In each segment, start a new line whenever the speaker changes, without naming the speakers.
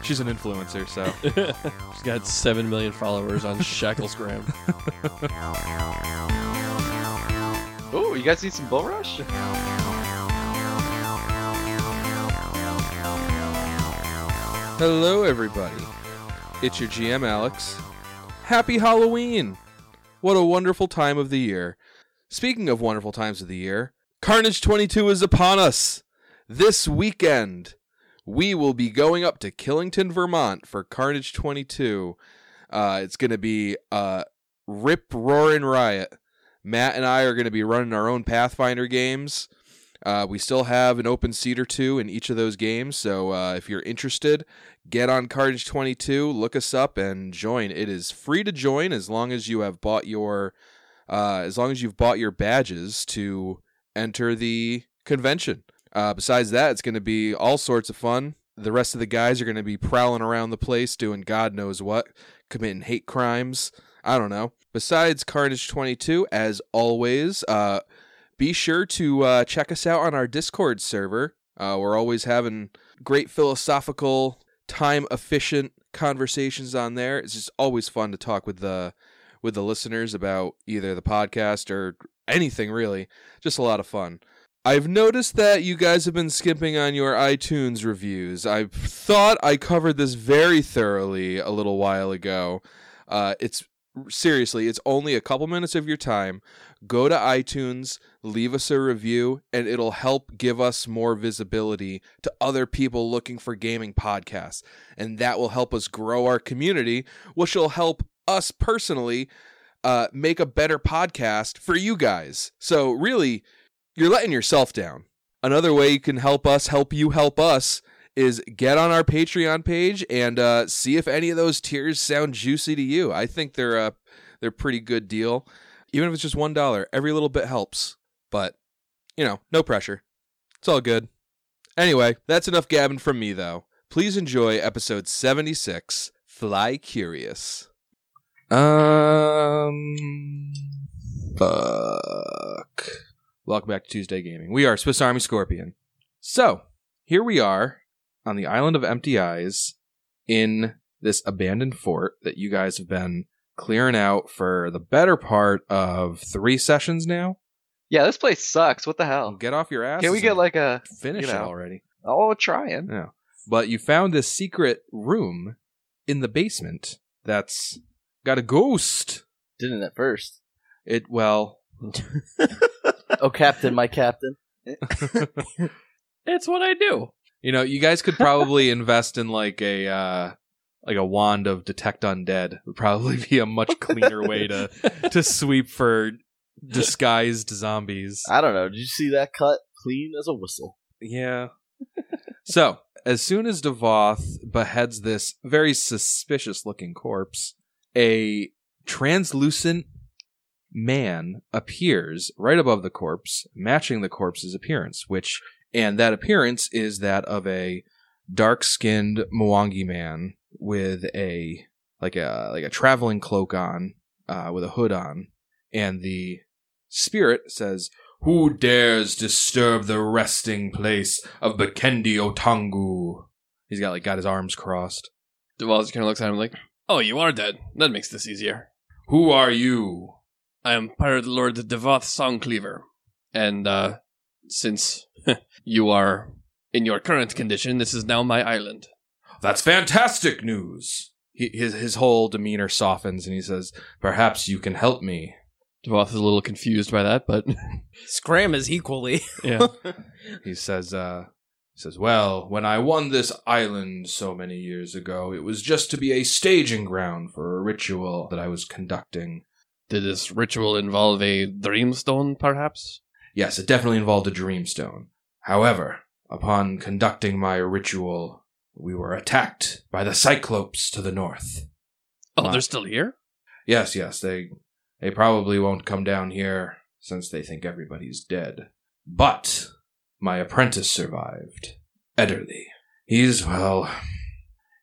She's an influencer, so
She's got 7 million followers on Shacklesgram.
Ooh, you guys need some Bull Rush?
hello everybody. It's your GM Alex. Happy Halloween! What a wonderful time of the year. Speaking of wonderful times of the year, Carnage 22 is upon us. This weekend, we will be going up to Killington, Vermont for Carnage 22. Uh, it's going to be a rip roaring riot. Matt and I are going to be running our own Pathfinder games. Uh, we still have an open seat or two in each of those games, so uh, if you're interested, get on Carnage 22, look us up, and join. It is free to join as long as you have bought your, uh, as long as you've bought your badges to enter the convention. Uh, besides that, it's going to be all sorts of fun. The rest of the guys are going to be prowling around the place doing God knows what, committing hate crimes. I don't know. Besides Carnage 22, as always, uh, be sure to uh, check us out on our Discord server. Uh, we're always having great philosophical, time efficient conversations on there. It's just always fun to talk with the with the listeners about either the podcast or anything really. Just a lot of fun. I've noticed that you guys have been skimping on your iTunes reviews. I thought I covered this very thoroughly a little while ago. Uh, it's seriously, it's only a couple minutes of your time. Go to iTunes, leave us a review, and it'll help give us more visibility to other people looking for gaming podcasts. And that will help us grow our community, which will help us personally uh, make a better podcast for you guys. So, really, you're letting yourself down. Another way you can help us, help you help us, is get on our Patreon page and uh, see if any of those tiers sound juicy to you. I think they're uh, they're pretty good deal. Even if it's just one dollar, every little bit helps but you know, no pressure. It's all good. Anyway, that's enough gabbing from me though. Please enjoy episode 76, Fly Curious. Um fuck. Welcome back to Tuesday Gaming. We are Swiss Army Scorpion. So, here we are on the island of Empty Eyes in this abandoned fort that you guys have been clearing out for the better part of 3 sessions now.
Yeah, this place sucks. What the hell?
Get off your ass.
Can we get like a
finish
you
it
know.
already?
oh trying?
Yeah. But you found this secret room in the basement that's got a ghost.
Didn't at first.
It well,
Oh, Captain, my Captain.
it's what I do.
you know, you guys could probably invest in like a uh like a wand of detect undead would probably be a much cleaner way to to sweep for disguised zombies.
I don't know. Did you see that cut? Clean as a whistle.
Yeah. so, as soon as Devoth beheads this very suspicious looking corpse, a translucent man appears right above the corpse, matching the corpse's appearance, which, and that appearance is that of a dark skinned Mwangi man with a, like a, like a traveling cloak on, uh, with a hood on. And the spirit says, who dares disturb the resting place of Bekendi Otangu? He's got like got his arms crossed.
Duval just kind of looks at him like, Oh, you are dead. That makes this easier.
Who are you?
I am Pirate Lord Devoth Songcleaver. And, uh, since you are in your current condition, this is now my island.
That's fantastic news. He, his his whole demeanor softens and he says, "Perhaps you can help me."
Devoth is a little confused by that, but
Scram is equally.
yeah.
He says, uh, he says, Well, when I won this island so many years ago, it was just to be a staging ground for a ritual that I was conducting.
Did this ritual involve a dreamstone, perhaps?
Yes, it definitely involved a dreamstone. However, upon conducting my ritual, we were attacked by the Cyclopes to the north.
Oh,
Wow.
they're still here?
Yes, yes, they they probably won't come down here since they think everybody's dead. But my apprentice survived, Ederly. He's well,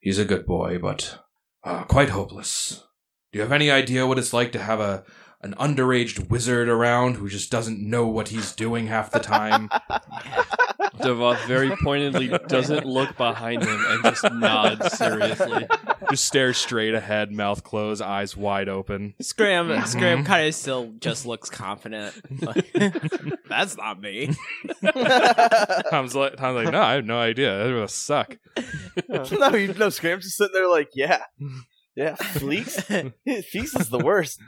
he's a good boy, but uh, quite hopeless. Do you have any idea what it's like to have a an underaged wizard around who just doesn't know what he's doing half the time?
Devoth very pointedly doesn't look behind him and just nods seriously.
Just stare straight ahead, mouth closed, eyes wide open.
Scram, Scram
Mhm.
kind of still just looks confident. Like, That's not me.
Tom's like, Tom's like, no, I have no idea. That would suck.
no, you, no, Scram's just sitting there like, yeah. Yeah, Fleece? Fleece is the worst.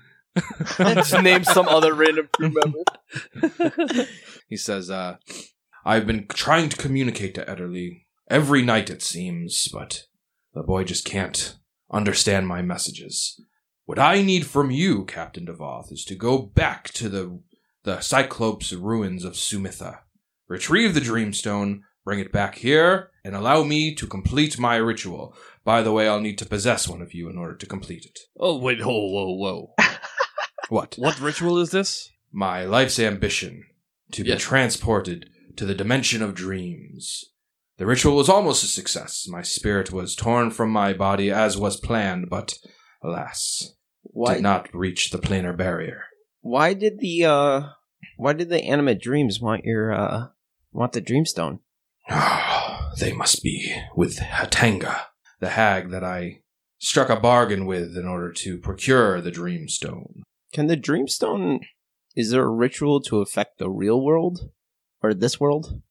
just name some other random crew member.
He says, uh, I've been trying to communicate to Ederly every night, it seems, but the boy just can't understand my messages. What I need from you, Captain Devoth, is to go back to the, the Cyclops ruins of Sumitha, retrieve the Dreamstone, bring it back here, and allow me to complete my ritual. By the way, I'll need to possess one of you in order to complete it.
Oh wait, whoa, whoa, whoa!
What?
What ritual is this?
my life's ambition to be
Yes.
transported to the dimension of dreams. The ritual was almost a success. My spirit was torn from my body as was planned, but alas,
Why?
did not reach the planar barrier.
why did the uh? Why did the animate dreams want your uh? Want the dreamstone?
Ah, they must be with Hatanga, the hag that I struck a bargain with in order to procure the dreamstone.
Can the dreamstone? Is there a ritual to affect the real world or this world?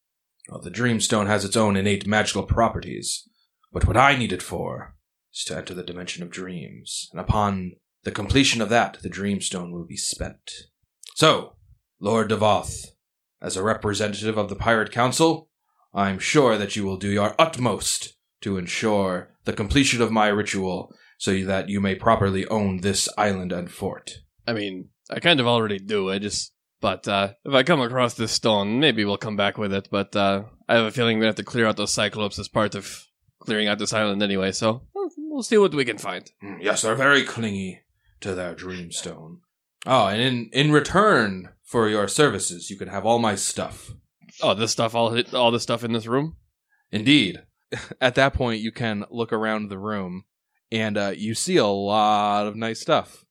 Well, the Dreamstone has its own innate magical properties, but what I need it for is to enter the dimension of dreams, and upon the completion of that, the Dreamstone will be spent. So, Lord Devoth, as a representative of the Pirate Council, I'm sure that you will do your utmost to ensure the completion of my ritual so that you may properly own this island and fort.
I mean, I kind of already do. I just, but uh, if I come across this stone, maybe we'll come back with it. But uh, I have a feeling we have to clear out those cyclops as part of clearing out this island anyway. So we'll- we'll see what we can find.
Mm, Yes, they're very clingy to their dreamstone. Oh, and in, in return for your services, you can have all my stuff.
Oh, this stuff, all all the stuff in this room.
Indeed. At that point, you can look around the room and uh, you see a lot of nice stuff.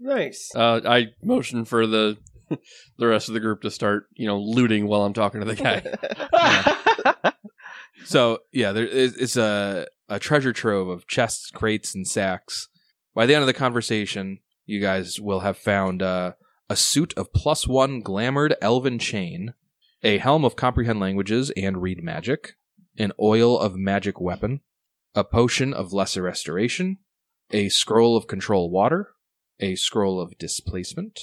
Nice.
Uh, I motion for the the rest of the group to start, you know, looting while I'm talking to the guy.
So, yeah, there is it's a, a treasure trove of chests, crates, and sacks. By the end of the conversation, you guys will have found uh, a suit of plus one glamored elven chain, a helm of comprehend languages and read magic, an oil of magic weapon, a potion of lesser restoration, a scroll of control water, a scroll of displacement,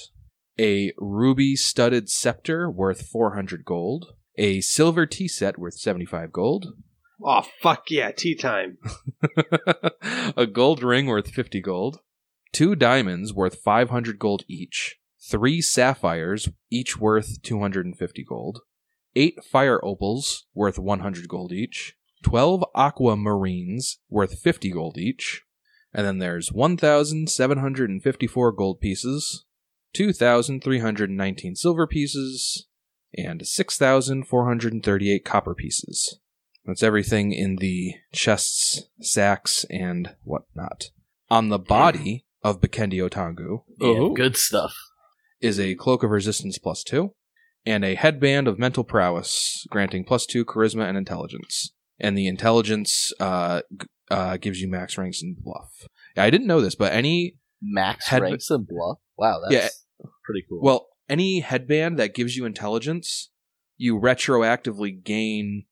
a ruby studded scepter worth 400 gold, a silver tea set worth 75 gold,
Oh fuck yeah, tea time.
a gold ring worth 50 gold, two diamonds worth 500 gold each, three sapphires each worth 250 gold, eight fire opals worth 100 gold each, 12 aquamarines worth 50 gold each, and then there's 1,754 gold pieces, 2,319 silver pieces, and 6,438 copper pieces. That's everything in the chests, sacks, and whatnot. On the body of Bekendi Otangu
Yeah, good stuff.
is a cloak of resistance plus two, and a headband of mental prowess, granting plus two charisma and intelligence. And the intelligence uh, g- uh, gives you max ranks in bluff. I didn't know this, but any
Max
Had-
ranks and bluff. Wow, that's pretty cool.
well, any headband that gives you intelligence, you retroactively gain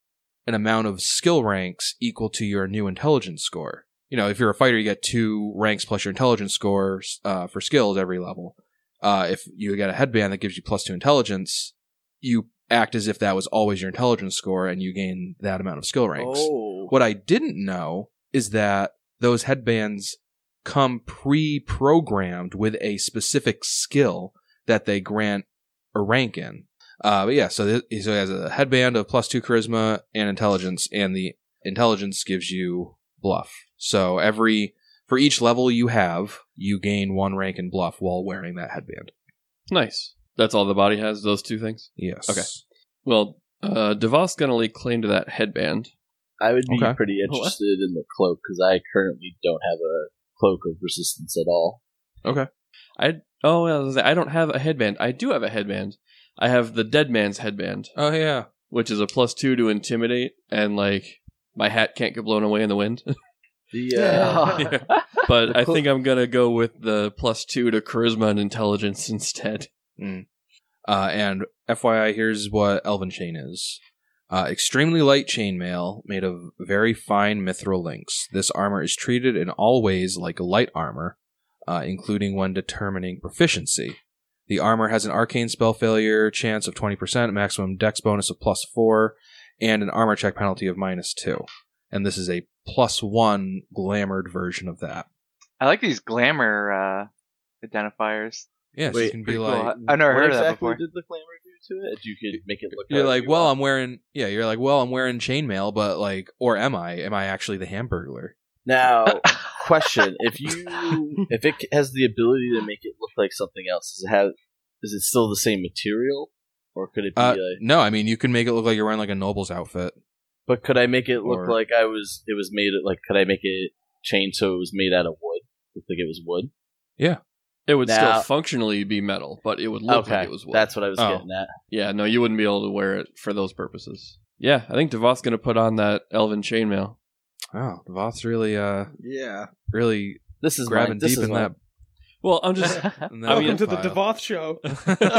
an amount of skill ranks equal to your new intelligence score. You know, if you're a fighter, you get two ranks plus your intelligence score uh, for skills every level. Uh, if you get a headband that gives you plus two intelligence, you act as if that was always your intelligence score and you gain that amount of skill ranks.
Oh.
What I didn't know is that those headbands come pre programmed with a specific skill that they grant a rank in. Uh, but yeah, so, th- so he has a headband of plus two charisma and intelligence, and the intelligence gives you bluff. So every for each level you have, you gain one rank in bluff while wearing that headband.
Nice. That's all the body has. Those two things.
Yes.
Okay. Well, uh, Devos gonna lay claim to that headband.
I would be
Okay.
pretty interested in the cloak because I currently don't have a cloak of resistance at all.
Oh, I was gonna say, I don't have a headband. I do have a headband. I have the dead man's headband.
Oh yeah.
which is a plus two to intimidate, and like my hat can't get blown away in the wind.
uh,
Yeah.
Yeah. But I think I'm gonna go with the plus two to charisma and intelligence instead.
Uh, and FYI, here's what Elven Chain is. Uh, extremely light chainmail made of very fine mithril links. This armor is treated in all ways like light armor, uh, including when determining proficiency. The armor has an arcane spell failure chance of 20%, maximum dex bonus of plus 4, and an armor check penalty of minus 2. And this is a plus 1 glamored version of that.
I like these glamour uh, identifiers.
Yes, you
Wait,
can be
Pretty cool.
like,
I- I've never
what
heard of that
exactly
before.
did the glamour do to it? You could make it look.
You're
however
like,
you
well,
want.
I'm wearing, yeah, you're like, well, I'm wearing chainmail, but like, or am I? Am I actually the Hamburglar?
Now, question: If you if it has the ability to make it look like something else, does it have? Is it still the same material, or could it be?
Uh,
like,
no, I mean, you can make it look like you're wearing like a noble's outfit.
but could I make it look
or-
like I was? It was made like. Could I make it change so it was made out of wood? Looked like it was wood.
It would
Now-
still functionally be metal, but it would look like it was wood.
that's what I was
Oh.
getting at.
yeah, no, you wouldn't be able to wear it for those purposes. Yeah, I think Devoth's gonna put on that elven chainmail.
Wow, Voth's really, uh,
Yeah.
really
This is
grabbing
mine. This
deep
is
in
mine.
that,
Well, I'm just
in that
I
Welcome
mean-
to the
pile.
Devoth show.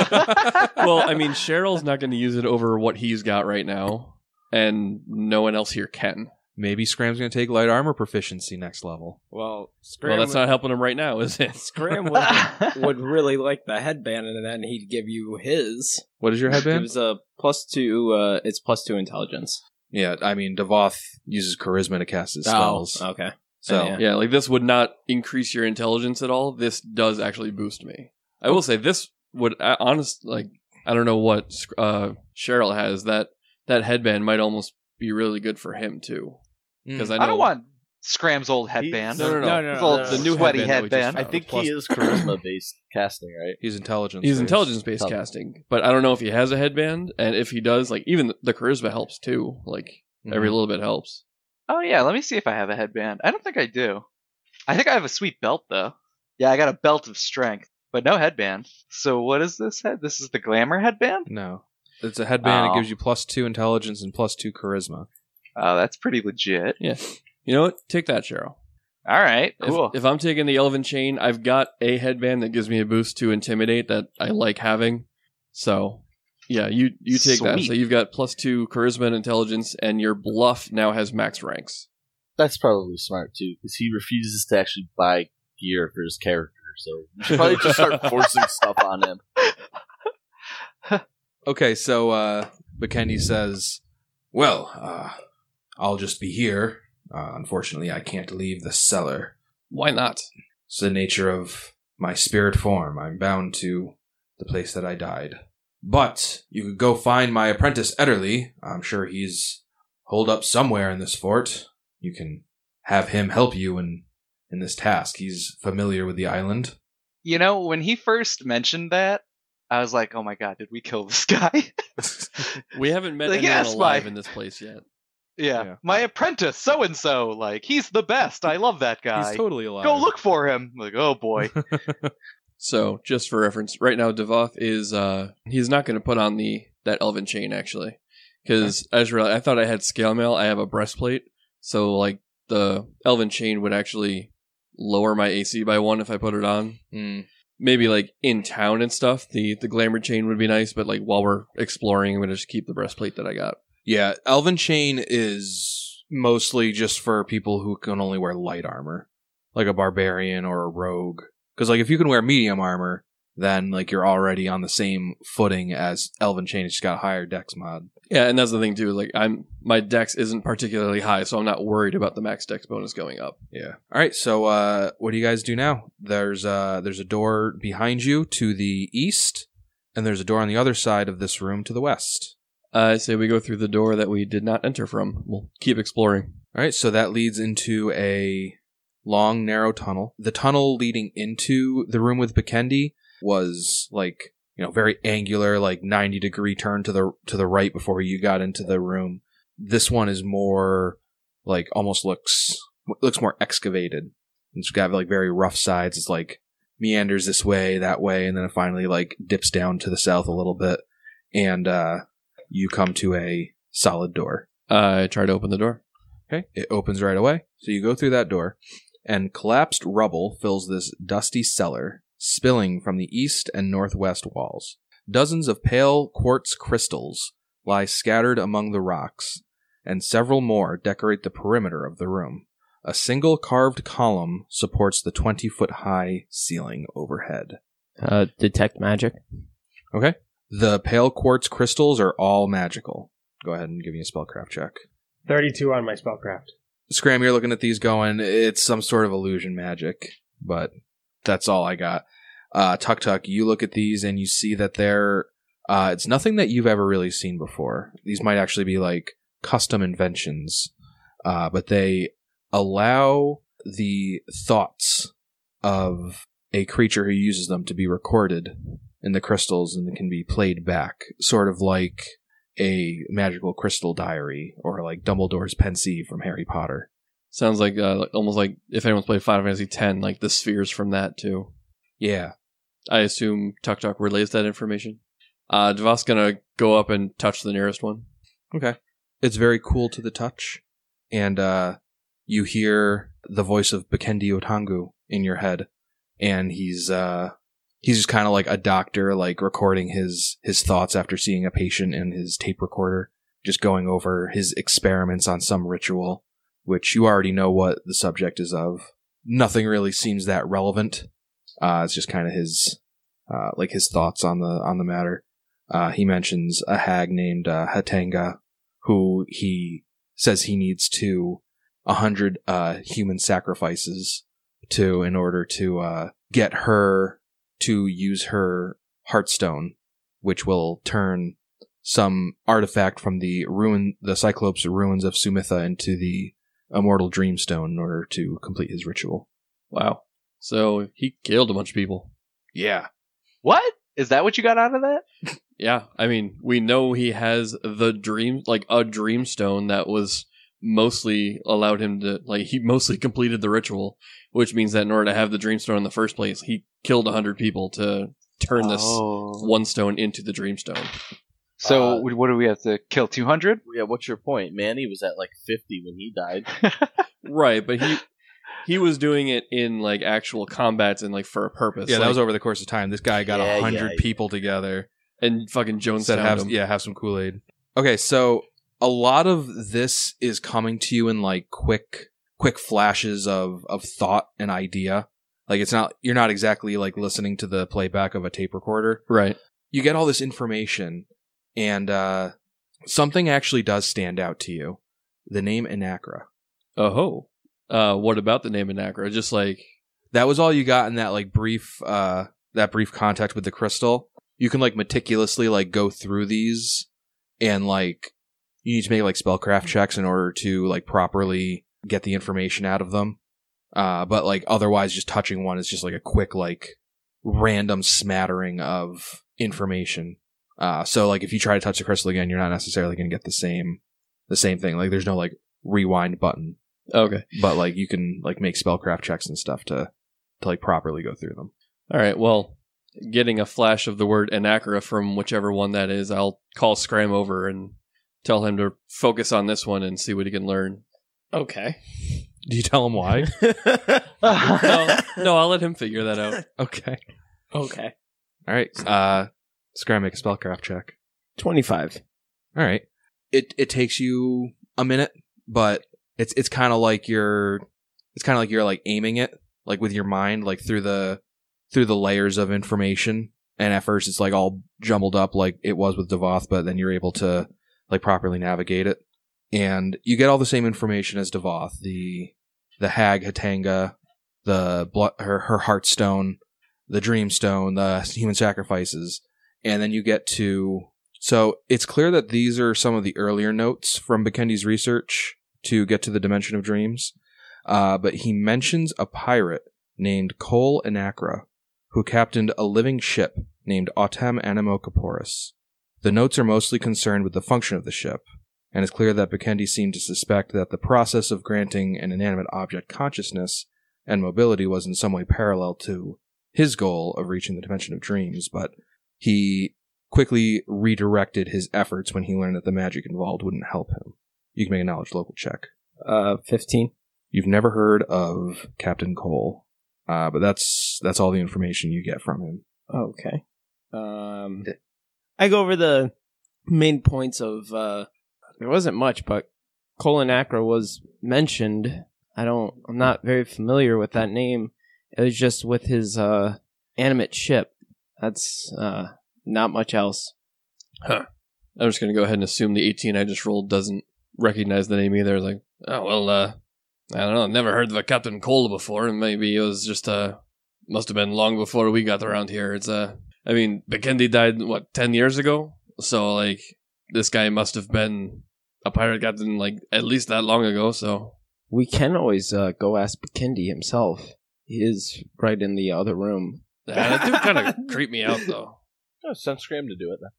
well, I mean, Cheryl's not going to use it over what he's got right now, and no one else here can.
Maybe Scram's gonna take light armor proficiency next level.
Well, Scram,
Well, that's not helping him right now, is it?
Scram would, would really like the headband, and then he'd give you his.
What is your headband?
Gives a plus two. Uh, it's plus two intelligence.
yeah, I mean, Devoth uses charisma to cast his spells,
Oh, okay.
so
yeah.
Yeah, like this would not increase your intelligence at all. This does actually boost me. I will say this would I, honest like I don't know what Sc- uh, Cheryl has that that headband might almost be really good for him too
mm,
Hmm.
because I
I,
know
don't want Scram's old headband.
no no no,
no,
His
no,
old
no,
the new
sweaty
headband that we just
headband.
I
found.
think
Plus-
he is charisma based casting, right?
he's intelligence.
He's
based.
intelligence based
Probably.
casting, but I don't know if he has a headband, and if he does, like even the, the charisma helps too. Like
Mhm.
Mm-hmm.
every little bit helps.
Oh yeah, let me see if I have a headband. I don't think I do. I think I have a sweet belt though. Yeah, I got a belt of strength, but no headband. So what is this head? This is the glamour headband?
No, it's a headband.
Oh.
It gives you plus two intelligence and plus two charisma.
Oh, that's pretty legit.
Yeah, you know what? Take that, Cheryl.
All right,
If-
cool.
If, I'm taking the Elven Chain, I've got a headband that gives me a boost to intimidate that I like having. So, yeah, you you take that.
Sweet.
So you've got plus two charisma and intelligence, and your bluff now has max ranks.
That's probably smart too, because he refuses to actually buy gear for his character. So we should probably just start forcing stuff on him.
Okay, so uh Bekendi says, "Well, uh I'll just be here. Uh, unfortunately, I can't leave the cellar.
Why not?
It's the nature of my spirit form. I'm bound to the place that I died. But you could go find my apprentice Ederly. I'm sure he's holed up somewhere in this fort. You can have him help you in in this task. He's familiar with the island."
You know, when he first mentioned that, I was like, "Oh my god, did we kill this guy?"
We haven't met
Like,
anyone
yes,
alive
why?
in this place yet.
yeah.
Yeah.
my apprentice, so and so, like he's the best. I love that guy.
totally alive.
Go look for him. Like, oh boy.
So, just for reference, right now Devoth is uh he's not going to put on the that elven chain actually, because Ezra I thought I had scale mail. I have a breastplate, so like the elven chain would actually lower my AC by one if I put it on.
Mm.
Maybe like in town and stuff, the the glamour chain would be nice, but like while we're exploring, I'm gonna just keep the breastplate that I got.
Yeah, Elven Chain is mostly just for people who can only wear light armor, like a barbarian or a rogue. Because like if you can wear medium armor, then like you're already on the same footing as Elven Chain. It's just got a higher dex mod.
Yeah, and that's the thing too. Like I'm my dex isn't particularly high, so I'm not worried about the max dex bonus going up.
Yeah. All right. So uh, what do you guys do now? There's uh, there's a door behind you to the east, and there's a door on the other side of this room to the west.
I say we go through the door that we did not enter from. We'll keep exploring.
All right, so that leads into a long, narrow tunnel. The tunnel leading into the room with Bekendi was like you know very angular, like ninety degree turn to the to the right before you got into the room. This one is more like almost looks looks more excavated. It's got like very rough sides. It's like meanders this way, that way, and then it finally like dips down to the south a little bit. And uh, you come to a solid door.
I try to open the door.
Okay. It opens right away. So you go through that door, and collapsed rubble fills this dusty cellar, spilling from the east and northwest walls. Dozens of pale quartz crystals lie scattered among the rocks, and several more decorate the perimeter of the room. A single carved column supports the 20 foot high ceiling overhead.
Uh, detect magic.
The pale quartz crystals are all magical. Go ahead and give me a spellcraft check.
32 on my spellcraft.
Scram, you're looking at these going, it's some sort of illusion magic, but that's all I got. Uh, Tuck Tuck, you look at these and you see that they're, uh, it's nothing that you've ever really seen before. These might actually be like custom inventions, uh, but they allow the thoughts of a creature who uses them to be recorded in the crystals and can be played back, sort of like a magical crystal diary or like Dumbledore's Pensee from Harry Potter.
Sounds like, uh, like almost like if anyone's played Final Fantasy X, like the spheres from that too.
Yeah.
I assume Tuk Tuk relays that information. Uh, Devas gonna go up and touch the nearest one.
Okay. It's very cool to the touch. And uh, you hear the voice of Bekendi Otangu in your head. And he's uh, he's just kind of like a doctor, like recording his, his thoughts after seeing a patient in his tape recorder, just going over his experiments on some ritual, which you already know what the subject is of. Nothing really seems that relevant. Uh, it's just kind of his, uh, like his thoughts on the on the matter. Uh, he mentions a hag named uh, Hatanga, who he says he needs to a hundred uh, human sacrifices to in order to uh, get her to use her heartstone, which will turn some artifact from the ruin the Cyclops ruins of Sumitha into the immortal dreamstone in order to complete his ritual.
Wow. So he killed a bunch of people.
Yeah.
What? Is that what you got out of that?
Yeah, I mean, we know he has the dream, like a dreamstone that was mostly allowed him to, like, he mostly completed the ritual, which means that in order to have the dreamstone in the first place, he killed 100 people to turn this
Oh.
one stone into the dreamstone.
So
Uh,
w- what do we have to kill? Two hundred?
Yeah, what's your point? Manny was at like 50 when he died.
Right, but he. He was doing it in like actual combats and like for a purpose.
yeah, that
like-
was over the course of time. This guy got a
Yeah,
hundred
yeah, yeah.
people together.
and fucking Jones
Said have
him.
yeah, have some Kool Aid. Okay, so a lot of this is coming to you in like quick quick flashes of of thought and idea. Like it's not you're not exactly like listening to the playback of a tape recorder.
Right.
You get all this information, and uh, something actually does stand out to you. The name Anacra.
Oh. Uh, what about the name Anacra? Just like
that was all you got in that like brief uh that brief contact with the crystal you can like meticulously like go through these and like you need to make like spellcraft checks in order to like properly get the information out of them uh but like otherwise just touching one is just like a quick like random smattering of information uh so like if you try to touch the crystal again you're not necessarily going to get the same the same thing like there's no like rewind button
okay.
but like you can like make spellcraft checks and stuff to to like properly go through them.
All right. Well, getting a flash of the word Anacra from whichever one that is, I'll call Scram over and tell him to focus on this one and see what he can learn.
Okay.
Do you tell them why?
no, no, I'll let him figure that out.
okay.
Okay.
All right. Uh Scram make a spellcraft check.
25.
All right. It it takes you a minute, but it's it's kind of like you're it's kind of like you're like aiming it like with your mind like through the through the layers of information and at first it's like all jumbled up like it was with Devoth, but then you're able to like properly navigate it and you get all the same information as Devoth, the the hag Hatanga, the blo- her her heartstone, the dreamstone, the human sacrifices, and then you get to so it's clear that these are some of the earlier notes from Bekendi's research to get to the dimension of dreams. Uh, but he mentions a pirate named Cole Anacra, who captained a living ship named Autem Animocaporus. The notes are mostly concerned with the function of the ship, and it's clear that Bekendi seemed to suspect that the process of granting an inanimate object consciousness and mobility was in some way parallel to his goal of reaching the dimension of dreams, but he quickly redirected his efforts when he learned that the magic involved wouldn't help him. You can make a knowledge local check.
Uh, 15.
You've never heard of Captain Cole, uh, but that's that's all the information you get from him.
Okay. Um, I go over the main points of. Uh, there wasn't much, but Colon Acra was mentioned. I don't. I'm not very familiar with that name. It was just with his uh, animate ship. That's uh, not much else.
I'm just gonna go ahead and assume the 18 I just rolled doesn't recognize the name either. Like, oh well, uh, I don't know. Never heard of a Captain Cole before, and maybe it was just uh, must have been long before we got around here. It's uh, I mean, Bekendi died what 10 years ago, so like this guy must have been a pirate captain like at least that long ago. So
We can always uh, go ask Bakindi himself. He is right in the other room.
that do kind of creep me out though.
Oh, send Scram to do it then.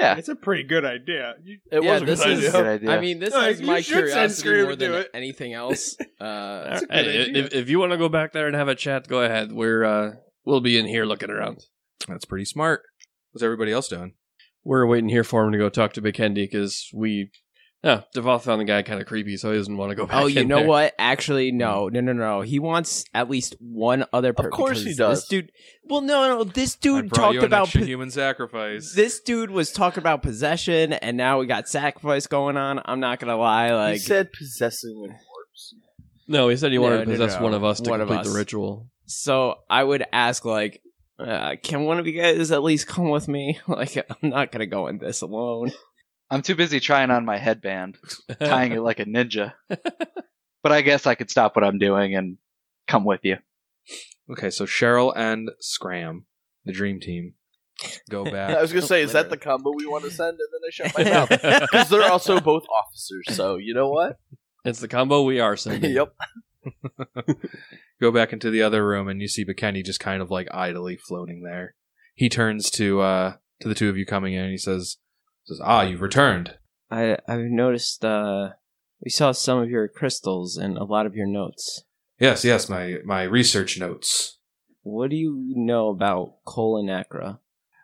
Yeah.
It's a pretty good idea. You,
It
yeah,
was a
this
good idea.
is.
Good idea.
I mean, this
No,
is
you
my
should send
curiosity
Scream
more
to
than
it.
anything else. Uh,
That's a good
Hey,
idea.
if, if you want to go back there and have a chat, go ahead. We're uh, we'll be in here looking around.
That's pretty smart. What's everybody else doing?
We're waiting here for him to go talk to Bikendi because we, yeah, Devoth found the guy kind of creepy, so he doesn't want to go back.
Oh, you
in
know
there.
what? Actually, no, no, no, no. He wants at least one other person.
course he does.
This dude. Well, no, no. This
I
dude
brought you
talked
an
about.
extra
po-
human sacrifice.
this dude was talking about possession, and now we got sacrifice going on. I'm not gonna lie.
he
Like,
said possessing an corpse.
No, he said he wanted
No,
to
no,
possess
no.
one of us to
One of
complete
us.
the ritual.
so I would ask, like, uh, can one of you guys at least come with me? Like, I'm not gonna go in this alone.
I'm too busy trying on my headband, tying it like a ninja. but I guess I could stop what I'm doing and come with you.
Okay, so Cheryl and Scram, the dream team, go
I
back.
was gonna say, is that the combo we want to send? And then I shut my mouth because they're also both officers. So you know what?
It's the combo we are sending.
yep.
go back into the other room, and you see Bikendi just kind of like idly floating there. He turns to uh to the two of you coming in, and he says, "says Ah, you've returned.
I I've noticed. uh We saw some of your crystals and a lot of your notes.
Yes, yes, my my research notes.
What do you know about Colonacra?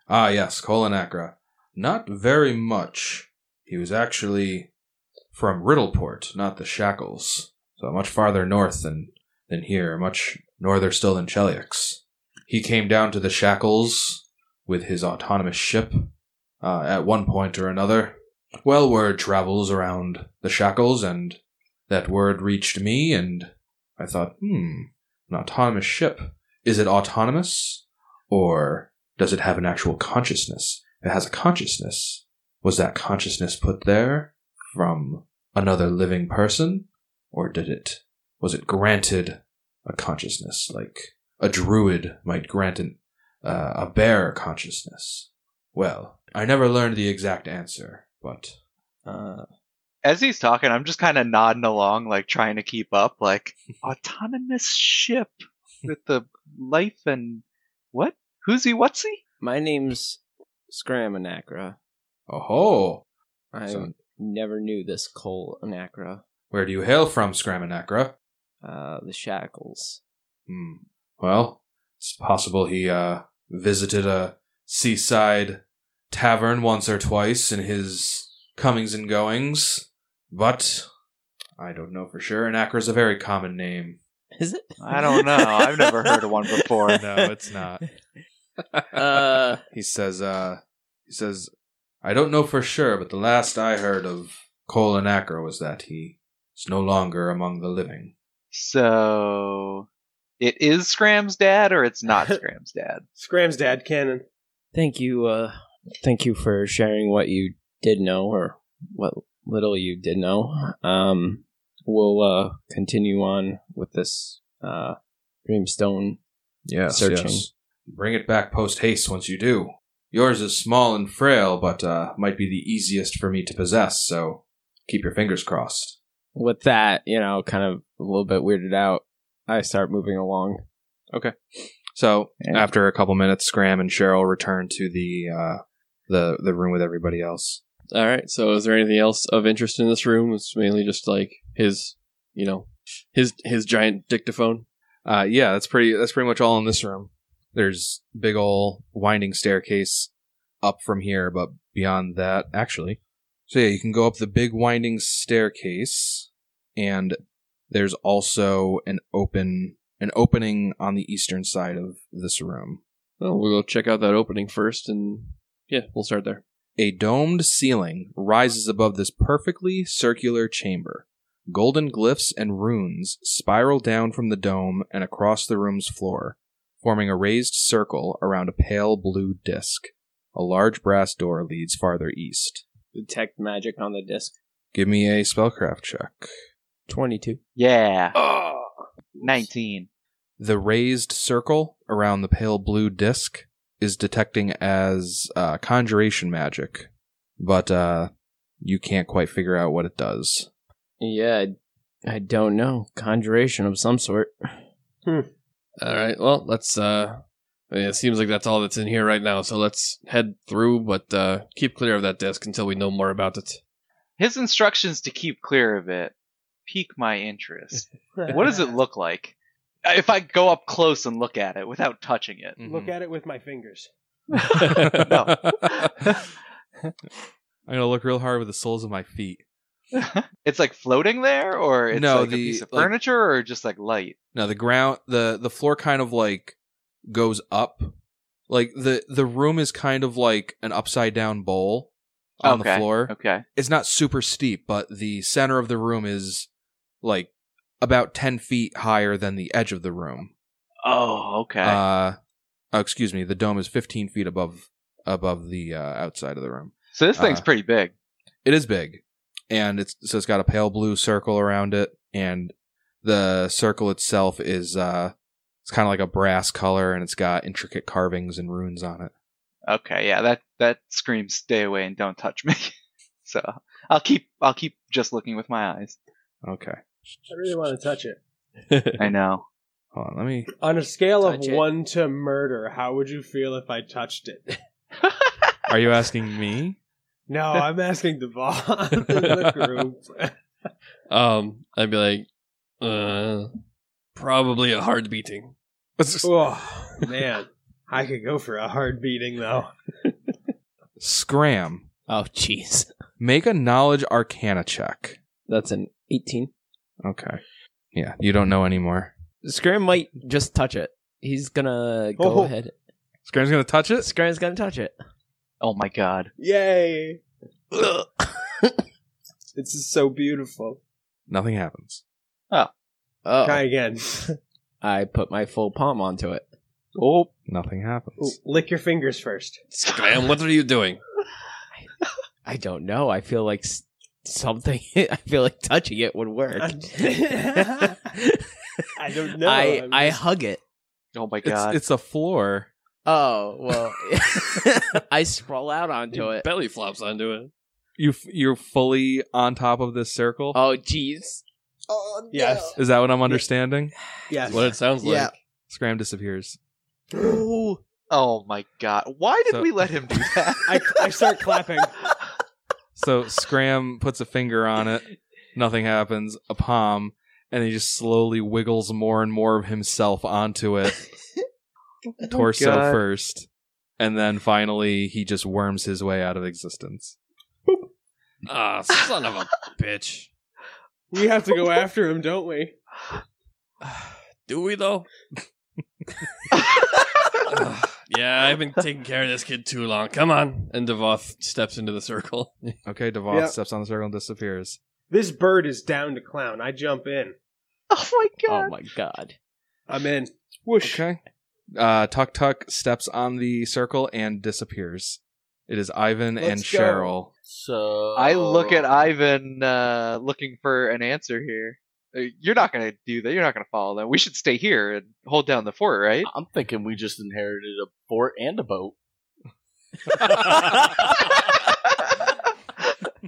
Ah, yes, Colonacra. Not very much. He was actually from Riddleport, not the Shackles. So much farther north than, than here, much norther still than Chelyx. He came down to the Shackles with his autonomous ship uh, at one point or another. Well, word travels around the Shackles, and that word reached me, and I thought, hmm, an autonomous ship. Is it autonomous? Or does it have an actual consciousness? If it has a consciousness, was that consciousness put there from another living person? Or did it was it granted a consciousness, like a druid might grant an, uh, a bear consciousness? Well, I never learned the exact answer, but
Uh,
As he's talking, I'm just kind of nodding along, like trying to keep up, like autonomous ship with the life and what? Who's he? What's he?
my name's Scram Anacra.
oh ho!
I
So-
never knew this Cole Anacra.
Where do you hail from, Scraminacra?
Uh, the shackles.
Hmm. Well, it's possible he uh, visited a seaside tavern once or twice in his comings and goings, but I don't know for sure. Anacra's a very common name.
Is it?
I don't know. I've never heard of one before.
No, it's not.
Uh,
He says, uh, he says, I don't know for sure, but the last I heard of Cole Anacra was that he is no longer among the living.
So it is Scram's dad, or it's not Scram's dad.
Scram's dad cannon.
thank you. Uh, thank you for sharing what you did know, or what little you did know. Um, we'll uh continue on with this uh dreamstone.
Yes,
Searching.
yes. Bring it back post haste once you do. Yours is small and frail, but uh, might be the easiest for me to possess, so keep your fingers crossed.
With that, you know, kind of a little bit weirded out. I start moving along.
So
Yeah.
after a couple minutes, Scram and Cheryl return to the uh, the the room with everybody else.
All right. So, is there anything else of interest in this room? It's mainly just like his, you know, his his giant dictaphone.
Uh, yeah, that's pretty. That's pretty much all in this room. There's big ol' winding staircase up from here, but beyond that, actually. So yeah, you can go up the big winding staircase, and there's also an open an opening on the eastern side of this room.
Well, we'll go check out that opening first, and yeah, we'll start there.
A domed ceiling rises above this perfectly circular chamber. Golden glyphs and runes spiral down from the dome and across the room's floor, forming a raised circle around a pale blue disk. A large brass door leads farther east.
Detect magic on the disc.
Give me a spellcraft check.
22.
Yeah. 19.
The raised circle around the pale blue disk is detecting as uh, conjuration magic, but uh, you can't quite figure out what it does.
Yeah, I, I don't know. Conjuration of some sort.
All right. Well, let's. uh I mean, It seems like that's all that's in here right now. So let's head through, but uh keep clear of that desk until we know more about it.
His instructions to keep clear of it pique my interest. what does it look like? If I go up close and look at it without touching it.
Look at it with my fingers.
No.
I'm gonna look real hard with the soles of my feet.
it's like floating there, or it's
No,
like
the-
a piece of
like-
furniture, or just like light.
No, the ground the the floor kind of like goes up. Like the the room is kind of like an upside down bowl on the floor.
Okay.
It's not super steep, but the center of the room is like about ten feet higher than the edge of the room.
Oh, okay.
Uh, oh, excuse me. The dome is 15 feet above above the uh, outside of the room.
so this thing's
uh,
pretty big.
It is big, and it's so it's got a pale blue circle around it, and the circle itself is uh, it's kind of like a brass color, and it's got intricate carvings and runes on it.
Okay, yeah, that that screams "Stay away and don't touch me." so I'll keep I'll keep just looking with my eyes.
Okay,
I really want to touch it.
I know.
hold on. Let me.
On a scale of
Touch it.
one to murder, how would you feel if I touched it?
Are you asking me?
No, I'm asking Devon in the group.
Um, I'd be like, uh, probably a hard beating.
oh man, I could go for a hard beating though.
Scram.
Oh, jeez.
Make a knowledge arcana check.
That's an 18.
Okay. Yeah, you don't know anymore.
Scram might just touch it. He's gonna go
Oh.
ahead.
Scram's gonna touch it.
Scram's gonna touch it.
Oh my god.
Yay!
Oh,
this is so beautiful.
Nothing happens.
Oh,
Try again.
I put my full palm onto it.
Oh,
Nothing happens.
lick your fingers first.
Scram, what are you doing?
I don't know. I feel like s- something. I feel like touching it would work.
I don't know.
I
I'm
I
just-
hug it.
Oh my
It's,
god.
it's a floor.
Oh well, I sprawl out onto it.
Belly flops onto it.
You f- you're fully on top of this circle.
Oh jeez.
yes,
Is that what I'm understanding?
yes.
That's what it sounds like.
Yeah.
Scram disappears.
oh my god. Why did
So-
we let him do that?
I, I start clapping.
So Scram puts a finger on it. Nothing happens. A palm, and he just slowly wiggles more and more of himself onto it,
Oh,
torso
God.
first, and then finally he just worms his way out of existence.
Ah, son of a bitch.
We have to go after him, don't we?
Do we though? Ugh. yeah, I've been taking care of this kid too long. Come on. And Devoth steps into the circle.
Okay, Devon
Yeah.
steps on the circle and disappears.
This bird is down to clown. I jump in.
oh my god.
Oh my god.
I'm in. Whoosh.
Okay. Uh, Tuck Tuck steps on the circle and disappears. It is Ivan and
Let's go.
Cheryl.
So
I look at Ivan uh, looking for an answer here. Uh, You're not gonna do that. You're not gonna follow them. We should stay here and hold down the fort, right?
I'm thinking we just inherited a fort and a boat.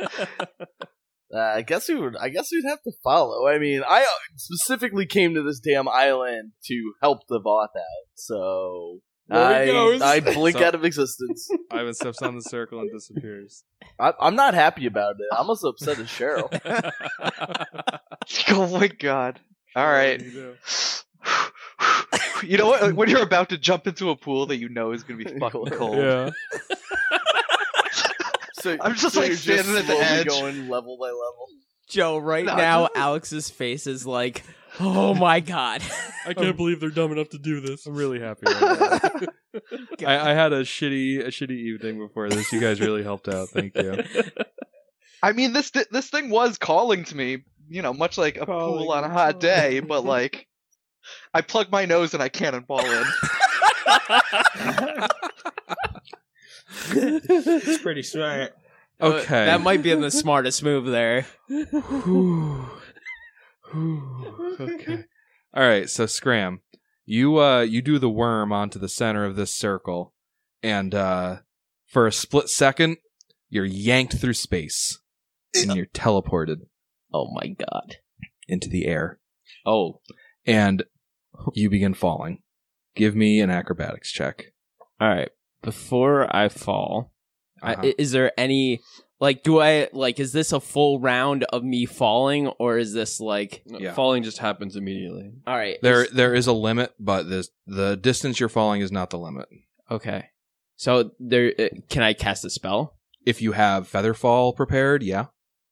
Uh, I guess we would. I guess we'd have to follow. I mean, I specifically came to this damn island to help the Voth out. So
There
I,
he goes.
I blink
So-
out of existence.
Ivan steps on the circle and disappears.
I, I'm not happy about it. I'm as upset as Cheryl.
oh my god. All right. you know what? When you're about to jump into a pool that you know is going to be fucking cold,
So
I'm just,
so
like,
you're
standing at the
slowly
edge.
going level by level.
Joe, right
No,
now,
just-
Alex's face is like, oh my god.
I
Um,
Um,
can't believe they're dumb enough to do this. I'm really happy. Right now.
That's
I, I had a shitty, a shitty evening before this. You guys really helped out. Thank you.
I mean, this thi- this thing was calling to me, you know, much like a pool on a hot day, but like, I plug my nose and I cannonball in.
It's pretty smart.
Okay.
That might be the smartest move there. Oh,
okay. All right, so Scram, you uh you do the worm onto the center of this circle and uh for a split second you're yanked through space and you're teleported
Oh my god.
into the air
Oh.
and you begin falling. Give me an acrobatics check.
All right. Before I fall, I-
Uh-huh.
i- is there any like do I like is this a full round of me falling or is this like
No,
Yeah.
Falling just happens immediately.
all right
there
is-
there is a limit, but the the distance you're falling is not the limit.
okay so there uh, can I cast a spell
If you have featherfall prepared, yeah,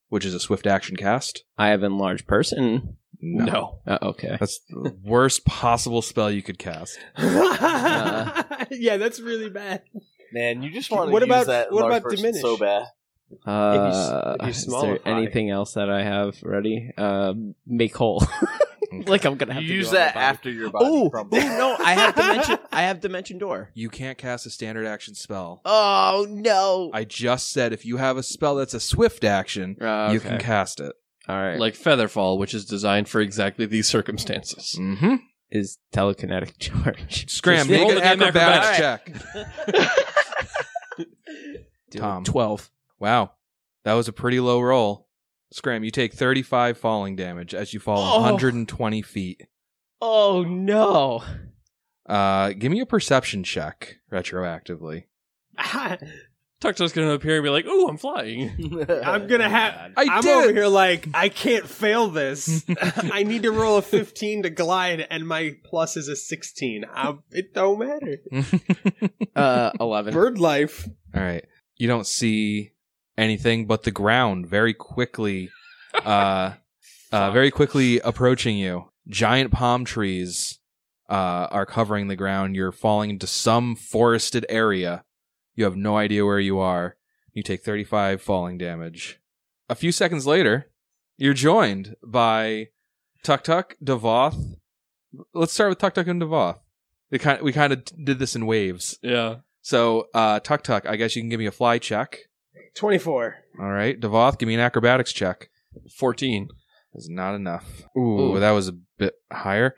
which is a swift action cast.
I have enlarged person Uh, okay
That's the worst possible spell you could cast.
yeah, that's really bad.
Man, you just want to
What
use
about-
that
what
large
about
person
diminish?
so bad.
uh,
if you
is
small
there
or high.
anything else that I have ready um make whole like I'm gonna have to
You use
do on my
that
body.
after your body.
Oh
crumbles.
no! I have dimension. I have dimension door.
You can't cast a standard action spell.
Oh no!
I just said if you have a spell that's a swift action,
Uh,
you
okay.
can cast it.
All right.
Like Featherfall, which is designed for exactly these circumstances.
Mm-hmm.
is telekinetic charge.
Scram,
Just
make
roll
an
the damn
acrobatics
acrobatics.
check.
Dude,
Tom.
twelve.
Wow, that was a pretty low roll. Scram, you take 35 falling damage as you fall
Oh.
120 feet.
Oh no!
Uh, give me a perception check retroactively.
Tucto's gonna appear and be like, "Ooh, I'm flying."
I'm gonna have.
I
I'm
did
over
it!
here like I can't fail this. I need to roll a 15 to glide, and my plus is a 16. i it don't matter.
Uh, eleven.
Bird life.
All right. You don't see anything but the ground very quickly, uh, uh, very quickly approaching you. Giant palm trees uh, are covering the ground. You're falling into some forested area. You have no idea where you are. You take 35 falling damage. A few seconds later, you're joined by Tuk Tuk, Devoth. Let's start with Tuk Tuk and Devoth. They kind we kind of did this in waves.
yeah.
So, uh, Tuck Tuck, I guess you can give me a fly check.
24.
All right. Devoth, give me an acrobatics check.
Fourteen.
That's not enough. Ooh,
Ooh.
that was a bit higher.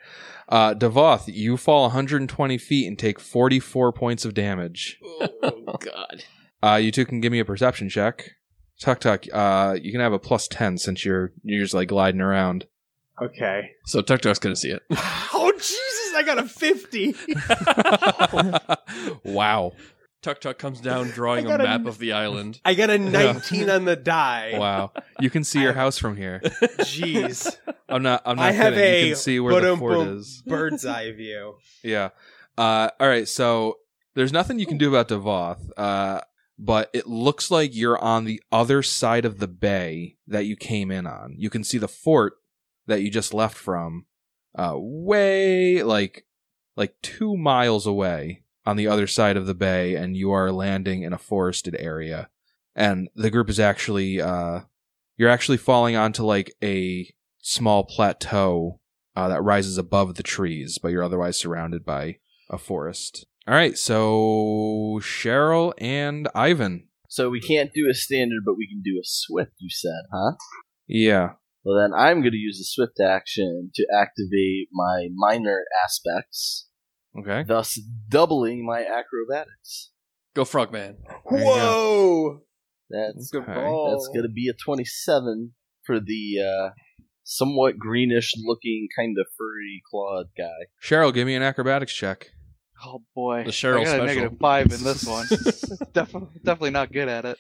Uh, Devoth, you fall 120 feet and take 44 points of damage.
Oh god!
Uh, you two can give me a perception check. Tuck Tuck, uh, you can have a plus 10 since you're, you're just like gliding around.
Okay.
So Tucto's gonna see it.
Oh Jesus! I got a 50.
wow.
Tuck comes down, drawing
I
a
got a
map
n-
of the island.
I got a 19 on the die.
Wow. You can see your house from here.
Jeez.
I'm not, I'm not
I have
kidding.
a
you can see where the fort
ba-dum-bum
is.
bird's eye view.
Yeah. Uh, all right. So there's nothing you can do about Devoth, uh, but it looks like you're on the other side of the bay that you came in on. You can see the fort that you just left from, uh, way like like two miles away on the other side of the bay, and you are landing in a forested area. And the group is actually, uh, you're actually falling onto like a small plateau uh, that rises above the trees, but you're otherwise surrounded by a forest. All right, so Cheryl and Ivan.
So we can't do a standard, but we can do a swift. You said, huh?
Yeah.
Well, then I'm going to use a swift action to activate my minor aspects,
Okay.
thus doubling my acrobatics.
Go Frogman.
There you go.
Whoa!
That's
Okay.
that's going to be a 27 for the uh, somewhat greenish-looking, kind of furry clawed guy.
Cheryl, give me an acrobatics check.
oh boy,
The Cheryl
I got
special.
a negative five in this one. Def- definitely not good at it.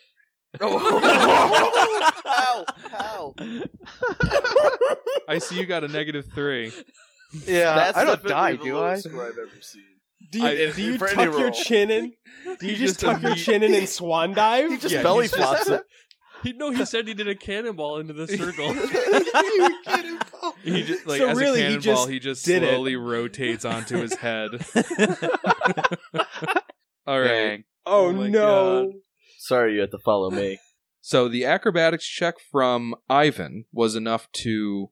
How? How?
I see you got a negative three.
Yeah, I don't die,
definitely the
do I?
lowest score I've ever seen.
Do you,
I-
do you
for
tuck
any
your
roll.
chin in? Do you
He
just
just
tuck your
imme-
chin in and swan dive?
He just
Yeah,
belly
he's
flops it.
He, no, he said he did a cannonball into the circle.
You kidding, Paul?
He just like
So
as
really,
a
he
cannonball,
just
he just,
did it.
slowly rotates onto his head. All right.
Dang.
Oh,
Oh my
no.
Sorry, you have to follow me.
So the acrobatics check from Ivan was enough to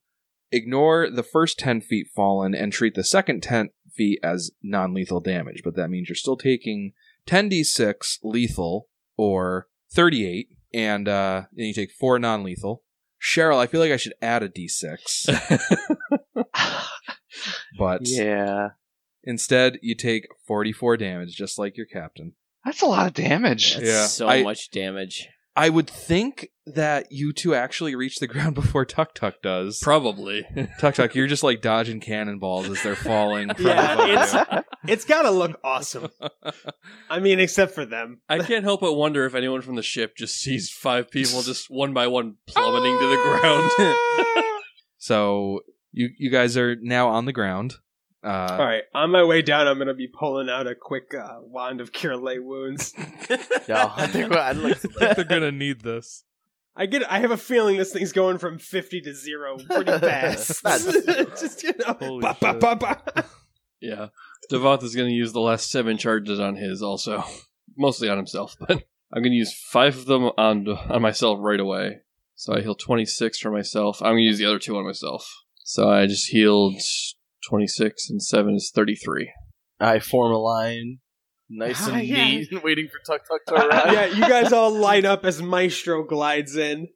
ignore the first 10 feet fallen and treat the second 10 feet as non lethal damage, but that means you're still taking 10d6 lethal or 38, and uh, then you take 4 non lethal. Cheryl, I feel like I should add a d6, but
yeah.
instead you take 44 damage, just like your captain.
That's a lot of damage.
That's
Yeah,
so
I-
much damage.
I would think that you two actually reach the ground before Tuk Tuk does.
Probably.
Tuck Tuck, you're just like dodging cannonballs as they're falling. From
Yeah,
above
it's-
you.
It's got to look awesome. I mean, except for them.
I can't help but wonder if anyone from the ship just sees five people just one by one plummeting to the ground.
so you you guys are now on the ground. Uh,
All right, on my way down, I'm going to be pulling out a quick uh, wand of cure lay wounds.
No, I think what I'd like to
They're gonna need this.
I get. I have a feeling this thing's going from fifty to zero pretty fast.
Not zero.
Just you know,
Holy
bah, bah,
shit.
bah, bah.
yeah. Devoth is going to use the last seven charges on his also. Mostly on himself, but I'm going to use five of them on, on myself right away. So I heal 26 for myself. I'm going to use the other two on myself. So I just healed 26 and 7 is 33.
I form a line, nice and
Ah, yeah.
neat, waiting for Tuck Tuck to arrive.
yeah, you guys all line up as Maestro glides in.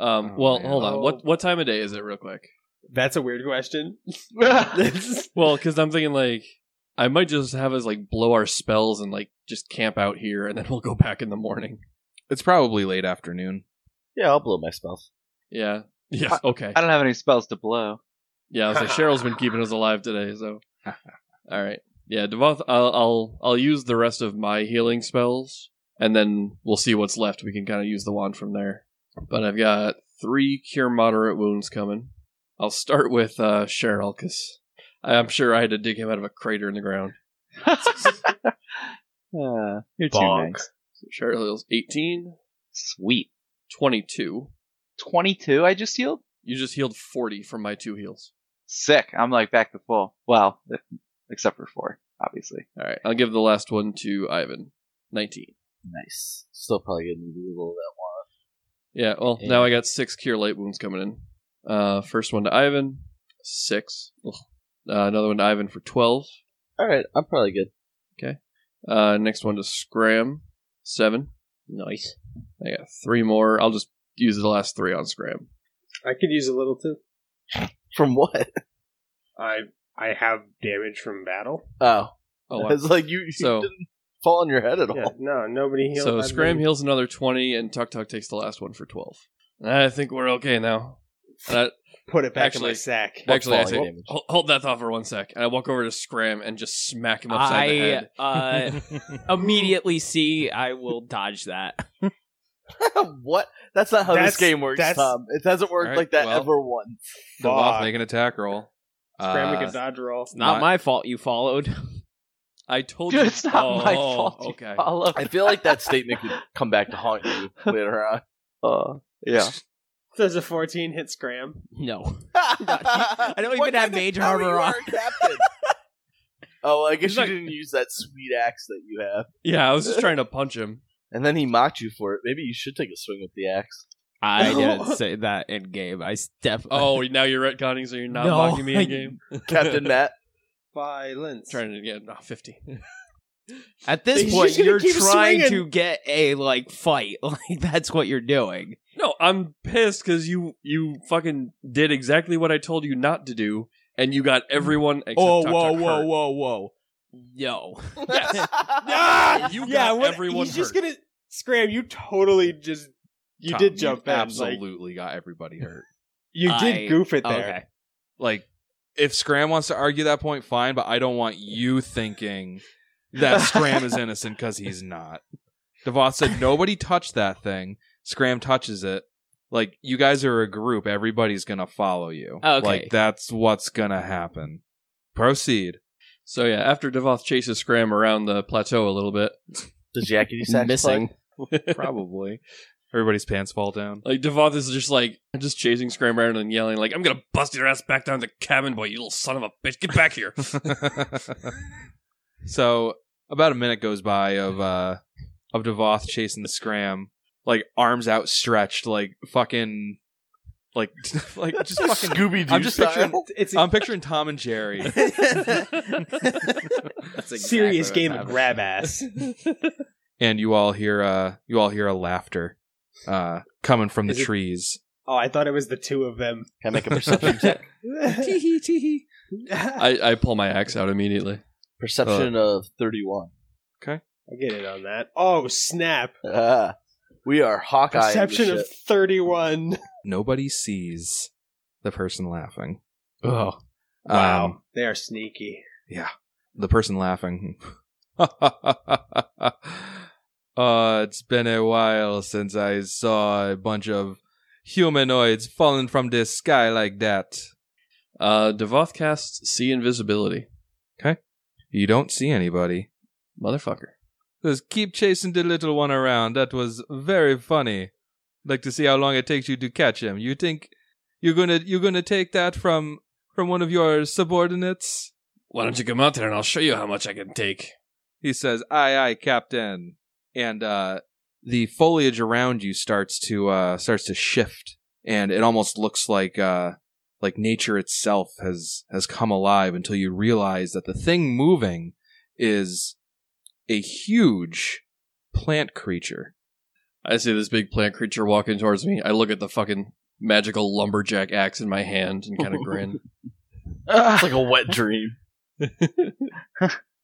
Um,
Oh,
well,
man.
hold on. What what time of day is it, real quick?
That's a weird question.
Well, because I'm thinking like I might just have us like blow our spells and like just camp out here, and then we'll go back in the morning.
It's probably late afternoon.
Yeah, I'll blow my spells.
Yeah. Yeah. Okay.
I don't have any spells to blow.
Yeah. I was like, Cheryl's been keeping us alive today, so. All right. Yeah, Devoth. I'll, I'll I'll use the rest of my healing spells, and then we'll see what's left. We can kind of use the wand from there. But I've got three cure moderate wounds coming. I'll start with uh, Cheryl because I'm sure I had to dig him out of a crater in the ground.
Uh, you're too
Bonk.
nice.
Cheryl heals 18,
Sweet.
22.
22 I just healed?
You just healed 40 from my two heals.
Sick. I'm like back to full. Well, except for four, obviously.
All right, I'll give the last one to Ivan. 19.
Nice. Still probably gonna need a little of that one.
Yeah, well, now I got six cure light wounds coming in. Uh, first one to Ivan, six. Ugh. Uh, another one to Ivan for 12.
All right, I'm probably good.
Uh, next one to Scram, seven. Nice. I got three more. I'll just use the last three on Scram.
I could use a little too.
From what?
I I have damage from battle.
Oh,
Oh, wow.
it's like you, you
So-
didn't fall on your head at
Yeah,
all.
no, nobody healed.
so
I've
Scram
been-
heals another 20, and Tuck Tuck takes the last one for 12. I think we're okay now. And I-
Put it back in my
Actually-
sack.
What
Actually, I
falling
say,
damage?
hold, hold that thought for one sec. And I walk over to Scram and just smack him upside the
I
head.
uh, immediately see I will dodge that.
what? That's not how
That's-
this game works,
that's-
Tom. It hasn't worked
All right,
like that
well.
ever once.
Devoth,
Fuck.
make an attack roll.
Scram, we
Uh,
can dodge roll.
It's not
Not-
my fault you followed.
I told
Dude,
you.
it's not my
Oh,
fault. you
Okay.
follow.
I feel like that statement could come back to haunt you later on.
Uh, yeah.
Does a fourteen hit Scram?
No.
I
don't even have Mage Armor on.
oh, well, I guess
He's
you
like-
didn't use that sweet axe that you have.
Yeah, I was just trying to punch him.
And then he mocked you for it. Maybe you should take a swing with the axe.
I didn't say that in game. I step.
Oh, now you're retconning, so you're not
No,
mocking me
I-
in game.
Captain Matt.
Violence.
trying to get oh, no, 50.
At this
He's
point,
just gonna
you're
keep
trying
swinging.
to get a like fight. Like that's what you're doing.
No, I'm pissed because you you fucking did exactly what I told you not to do, and you got everyone. Except
oh,
Tuck
whoa,
Tuck
whoa,
hurt.
whoa, whoa. No.
Ah!
You
yeah,
got
what,
everyone
He's just
hurt.
gonna Scram. You totally just. You
Tom,
did jump in. Like,
Absolutely got everybody hurt.
you
I-
did goof it there.
Okay.
Like, if Scram wants to argue that point, fine, but I don't want you thinking that Scram is innocent because he's not. Devoth said nobody touched that thing. Scram touches it. Like, you guys are a group. Everybody's going to follow you.
Okay.
Like, that's what's going to happen. Proceed.
So yeah, after Devoth chases Scram around the plateau a little bit,
The Jackety sack
missing.
Probably. Everybody's pants fall down.
like Devoth is just like just chasing Scram around and yelling like, "I'm gonna bust your ass back down to the cabin, boy! You little son of a bitch! Get back here!"
so about a minute goes by of uh of Devoth chasing the scram, like arms outstretched, like fucking like like just fucking
Scooby Doo.
I'm just picturing
It's a
I'm picturing Tom and Jerry.
That's exactly
serious
what
game of
happened.
grab ass.
and you all hear uh you all hear a laughter uh coming from the
Is it-
trees.
Oh, I thought it was the two of them.
Can I make a perception check?
Teehee teehee.
I
I, I pull my axe out immediately.
Perception of 31.
get it on that. Oh, snap.
Ah, we are Hawkeye. in this
Perception
shit.
of 31.
Um, Nobody sees the person laughing. Um,
Oh,
Wow.
They are sneaky.
the person laughing. uh, it's been a while since I saw a bunch of humanoids falling from the sky like that.
uh, Devoth casts see invisibility,
You don't see anybody.
motherfucker.
Just keep chasing the little one around. That was very funny. Like to see how long it takes you to catch him. You think you're gonna you're gonna take that from from one of your subordinates?
Why don't you come out there and I'll show you how much I can take?
he says, "Aye, aye, Captain," and uh, the foliage around you starts to uh, starts to shift, and it almost looks like uh, like nature itself has has come alive until you realize that the thing moving is a huge plant creature.
I see this big plant creature walking towards me. I look at the fucking magical lumberjack axe in my hand and kind of grin.
It's like a wet dream.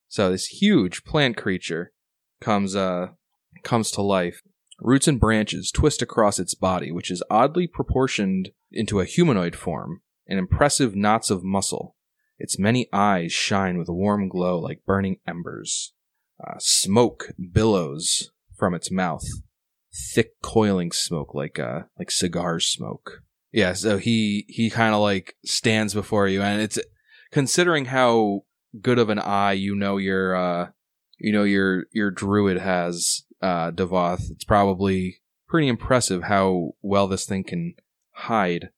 So this huge plant creature comes uh comes to life. Roots and branches twist across its body, which is oddly proportioned into a humanoid form, and impressive knots of muscle. Its many eyes shine with a warm glow like burning embers. Uh, smoke billows from its mouth, thick coiling smoke like uh like cigar smoke. Yeah, so he he kind of like stands before you, and it's considering how good of an eye you know your uh you know your your druid has uh Devoth. It's probably pretty impressive how well this thing can hide.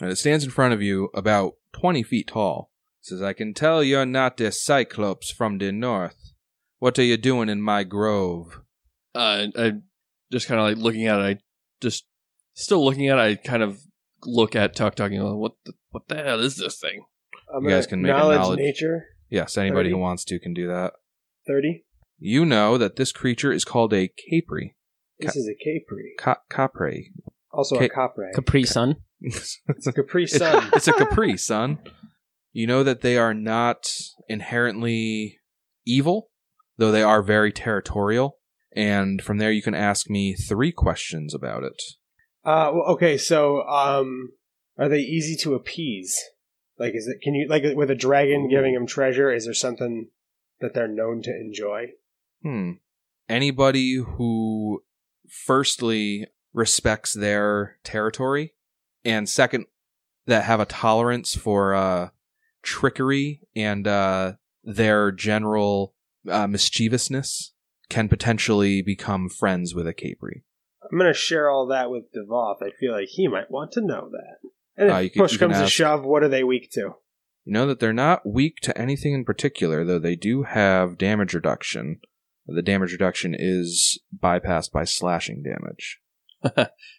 And it stands in front of you about twenty feet tall. It says, I can tell you're not the Cyclops from the north. What are you doing in my grove?
Uh, I just kind of like looking at it. I just still looking at it. I kind of look at Tuck Tuck and go, "What the what the hell is this thing?"
I'm
You guys can
gonna
make a
acknowledge
knowledge-
nature.
Yes, anybody who
Thirty.
wants to can do that.
30.
You know that this creature is called a capri.
This is a Capri.
Ca- capri.
Also a
Ca-
Capri.
Capri Sun.
It's a Capri
It's-
Sun.
It's a capri, son. You know that they are not inherently evil, though they are very territorial. And from there, you can ask me three questions about it.
Uh, well, okay, so um, are they easy to appease? Like, is it can you like with a dragon giving them treasure? Is there something that they're known to enjoy?
Hmm. Anybody who, firstly, respects their territory, and second, that have a tolerance for uh, trickery and uh, their general uh, mischievousness can potentially become friends with a capri.
I'm gonna share all that with Devoth. I feel like he might want to know that. And if
Uh, you can-
push
you can
comes to
ask-
shove, what are they weak to?
You know that they're not weak to anything in particular, though they do have damage reduction. The damage reduction is bypassed by slashing damage.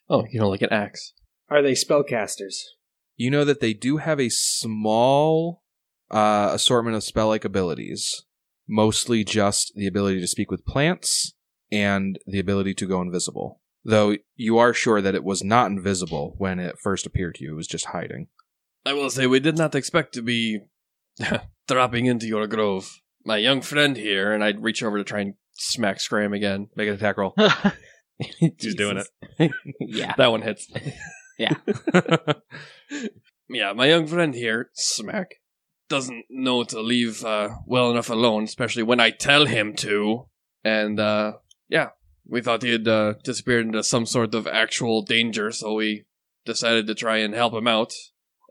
Oh, you know, like an axe.
Are they spellcasters?
You know that they do have a small uh, assortment of spell like abilities, mostly just the ability to speak with plants and the ability to go invisible. Though you are sure that it was not invisible when it first appeared to you, it was just hiding.
I will say we did not expect to be dropping into your grove. My young friend here, and I'd reach over to try and smack Scram again.
Make an attack roll.
He's doing it.
yeah.
That one hits.
Yeah.
yeah, my young friend here, Smack, doesn't know to leave uh, well enough alone, especially when I tell him to. And uh, yeah, we thought he had uh, disappeared into some sort of actual danger, so we decided to try and help him out.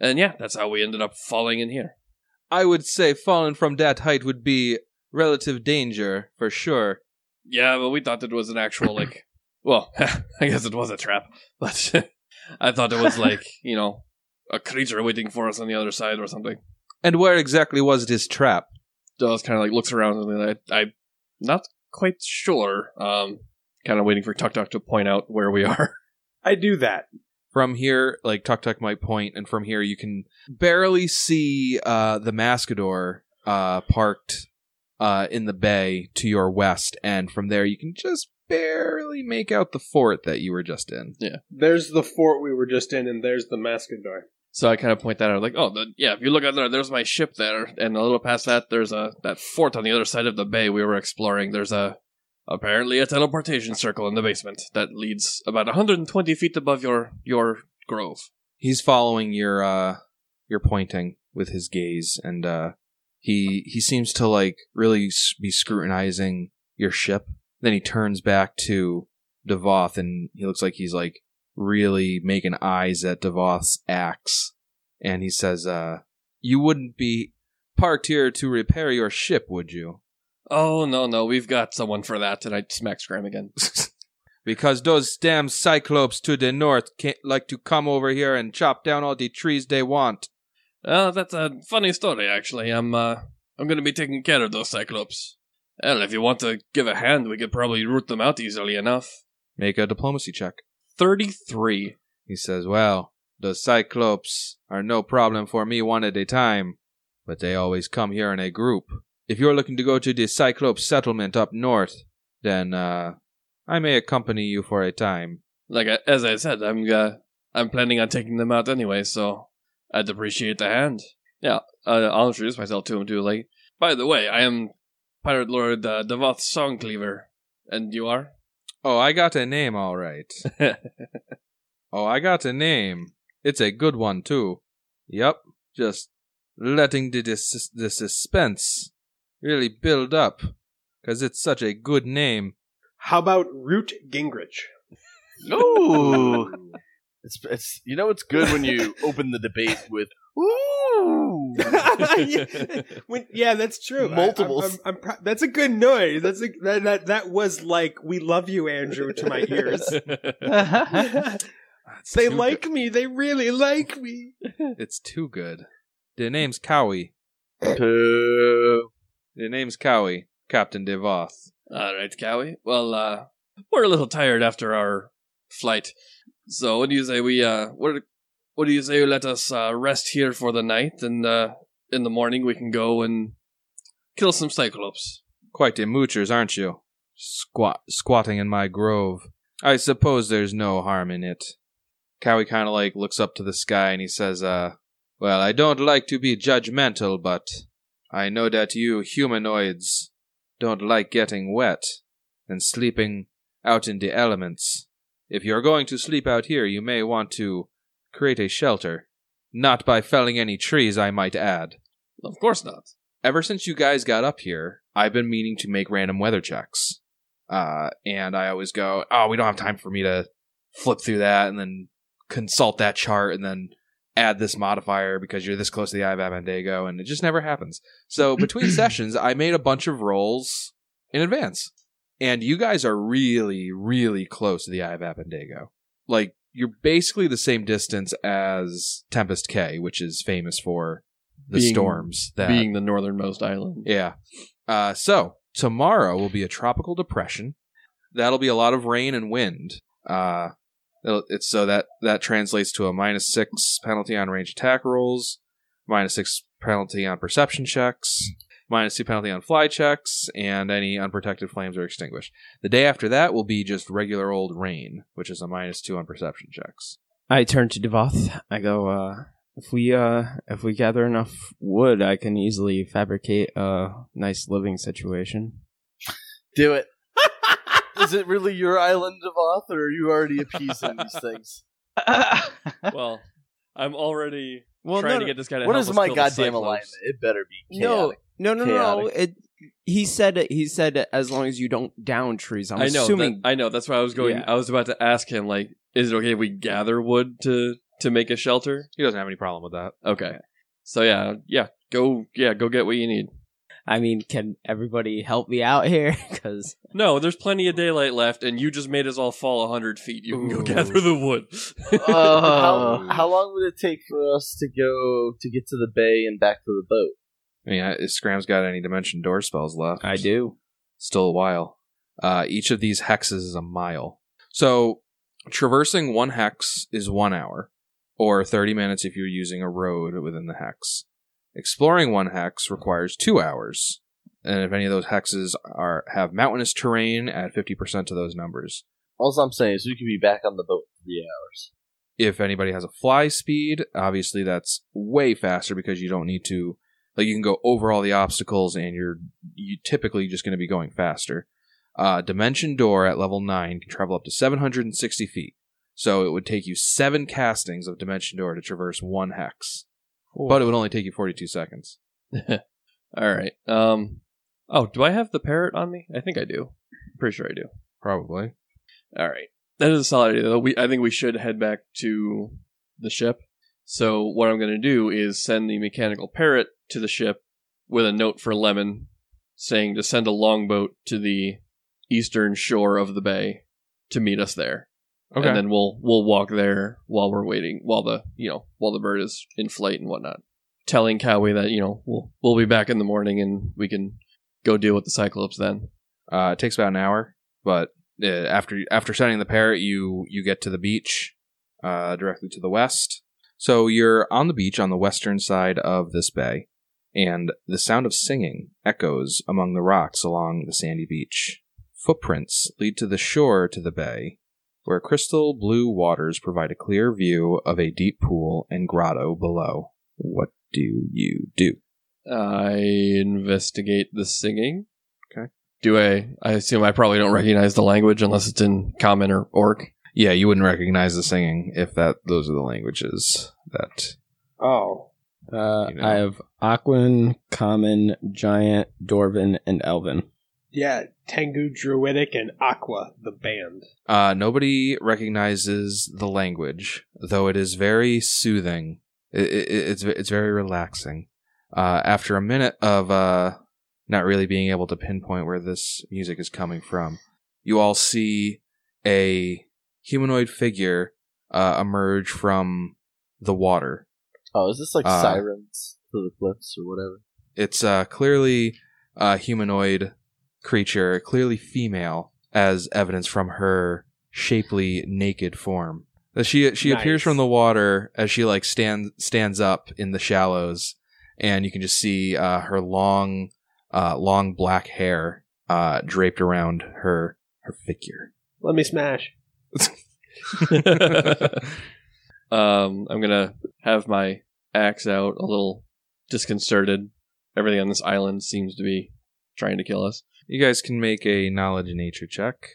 And yeah, that's how we ended up falling in here.
I would say falling from that height would be relative danger for sure.
Yeah, but we thought it was an actual like. Well, I guess it was a trap, but I thought it was like you know a creature waiting for us on the other side or something.
And where exactly was this trap?
Dawes kind of like looks around and I, I'm not quite sure. Um, kind of waiting for Tuk Tuk to point out where we are.
I do that.
From here, like Tuk Tuk might point, and from here you can barely see uh, the Mascador uh, parked uh, in the bay to your west, and from there you can just barely make out the fort that you were just in.
There's the fort we were just in, and there's the Mascador.
So I kind of point that out, like, oh, the, yeah. If you look out there, there's my ship there, and a little past that, there's a that fort on the other side of the bay we were exploring. There's a apparently a teleportation circle in the basement that leads about 120 feet above your your grove.
He's following your uh, your pointing with his gaze, and uh, he he seems to like really s- be scrutinizing your ship. Then he turns back to Devoth, and he looks like he's like really making eyes at Devoth's axe, and he says, uh, "You wouldn't be parked here to repair your ship, would you?"
Oh no, no, we've got someone for that, and I smack Scram again.
because those damn cyclops to the north can't like to come over here and chop down all the trees they want.
Oh, that's a funny story, actually. I'm uh, I'm gonna be taking care of those cyclops. Hell, if you want to give a hand, we could probably root them out easily enough.
Make a diplomacy check.
Thirty-three.
He says, Well, the Cyclops are no problem for me one at a time, but they always come here in a group. If you're looking to go to the Cyclops settlement up north, then uh, I may accompany you for a time.
Like I, as I said, I'm uh, I'm planning on taking them out anyway, so I'd appreciate the hand. Yeah, uh, I'll introduce myself to him too. Like, by the way, I am Pirate Lord uh, Devoth Songcleaver, and you are.
Oh, I got a name, all right. oh, I got a name. It's a good one, too. Yep, just letting the, dis- the suspense really build up, 'cause it's such a good name.
How about Root Gingrich?
Ooh.
It's, it's you know it's good when you open the debate with ooh.
yeah, when- yeah, that's true. I-
Multiples.
I'm, I'm, I'm pro- that's a good noise. That's a, that, that that was like we love you, Andrew, to my ears. they like me. They really like me.
It's too good. The name's Cowie.
Poo.
The name's Cowie, Captain Devoth.
All right, Cowie. Well, uh, we're a little tired after our flight, so what do you say we uh, what what do you say you let us uh, rest here for the night, and uh, in the morning we can go and kill some cyclops.
Quite the moochers, aren't you? Squat, squatting in my grove. I suppose there's no harm in it. Cowie kind of like looks up to the sky and he says, uh, well, I don't like to be judgmental, but I know that you humanoids don't like getting wet and sleeping out in the elements. If you're going to sleep out here, you may want to create a shelter. Not by felling any trees, I might add.
Of course not.
ever since you guys got up here, I've been meaning to make random weather checks. Uh, and I always go, oh, we don't have time for me to flip through that and then consult that chart and then add this modifier because you're this close to the eye of Abendago, and it just never happens. So between sessions, I made a bunch of rolls in advance. And you guys are really, really close to the eye of Abendago. Like, you're basically the same distance as Tempest K, which is famous for the
Being-
storms that
Being the northernmost island.
yeah. Uh, so tomorrow will be a tropical depression. That'll be a lot of rain and wind. Uh, it'll- it's so that that translates to a minus six penalty on range attack rolls, minus six penalty on perception checks, minus two penalty on fly checks, and any unprotected flames are extinguished. The day after that will be just regular old rain, which is a minus two on perception checks.
I turn to Devoth. I go, uh, if we uh, if we gather enough wood, I can easily fabricate a nice living situation.
Do it. Is it really your island of Oth, or are you already appeased in these things?
well, I'm already
Well,
trying
no,
to
no.
get this guy to
what
help
is
us
my
kill the
goddamn
Cyclops.
alignment? It better be
No,
chaotic.
no, no, no.
Chaotic.
It, he said he said as long as you don't down trees. I'm
I know.
assuming
that- I know. That's why I was going.
Yeah.
I was about to ask him, like, is it okay if we gather wood to to make a shelter?
He doesn't have any problem with that.
Okay. So yeah, yeah. Go, yeah, go get what you need.
I mean, can everybody help me out here? Because
No, there's plenty of daylight left, and you just made us all fall hundred feet. You can go
Ooh.
gather the wood. Uh,
how,
Oh.
how long would it take for us to go to get to the bay and back to the boat?
I mean, I- if Scram's got any dimension door spells left.
I do.
Still a while. Uh, each of these hexes is a mile. So traversing one hex is one hour, or 30 minutes if you're using a road within the hex. Exploring one hex requires two hours, and if any of those hexes are have mountainous terrain, add 50% to those numbers.
All I'm saying is we could be back on the boat in three hours.
If anybody has a fly speed, obviously that's way faster because you don't need to like you can go over all the obstacles and you're you typically just going to be going faster uh, dimension door at level 9 can travel up to 760 feet so it would take you seven castings of dimension door to traverse one hex but it would only take you 42 seconds
all right. Um. Oh, do I have the parrot on me? I think I do. Pretty sure I do.
probably
All right. That is a solid idea. Though. We, I think we should head back to the ship. So what I'm going to do is send the mechanical parrot to the ship with a note for Lemon saying to send a longboat to the eastern shore of the bay to meet us there.
okay
And then we'll we'll walk there while we're waiting, while the you know while the bird is in flight and whatnot. Telling Cowie that you know we'll we'll be back in the morning and we can go deal with the Cyclops then.
uh, it takes about an hour but uh, after after sending the parrot you you get to the beach uh, directly to the west so you're on the beach on the western side of this bay and the sound of singing echoes among the rocks along the sandy beach. Footprints lead to the shore to the bay, where crystal blue waters provide a clear view of a deep pool and grotto below. What do you do?
I investigate the singing.
Okay.
Do I? I assume I probably don't recognize the language unless it's in Common or Orc.
Yeah, you wouldn't recognize the singing if that those are the languages that
Oh,
Uh,
You know.
I have Aquan, Common, Giant, Dorvin, and Elvin.
yeah, Tengu Druidic and Aqua the band.
Uh, nobody recognizes the language, though it is very soothing. I i it's it's very relaxing. Uh, after a minute of uh, not really being able to pinpoint where this music is coming from, you all see a humanoid figure uh, emerge from the water.
Oh, is this like
Uh,
sirens to the cliffs or whatever?
It's uh, clearly a humanoid creature, clearly female, as evidence from her shapely, naked form. Uh, She she appears
Nice.
from the water as she like stands stands up in the shallows, and you can just see uh, her long, uh, long black hair uh, draped around her her figure.
Let me smash.
um, I'm gonna have my axe out, a little disconcerted. Everything on this island seems to be trying to kill us.
You guys can make a knowledge nature check.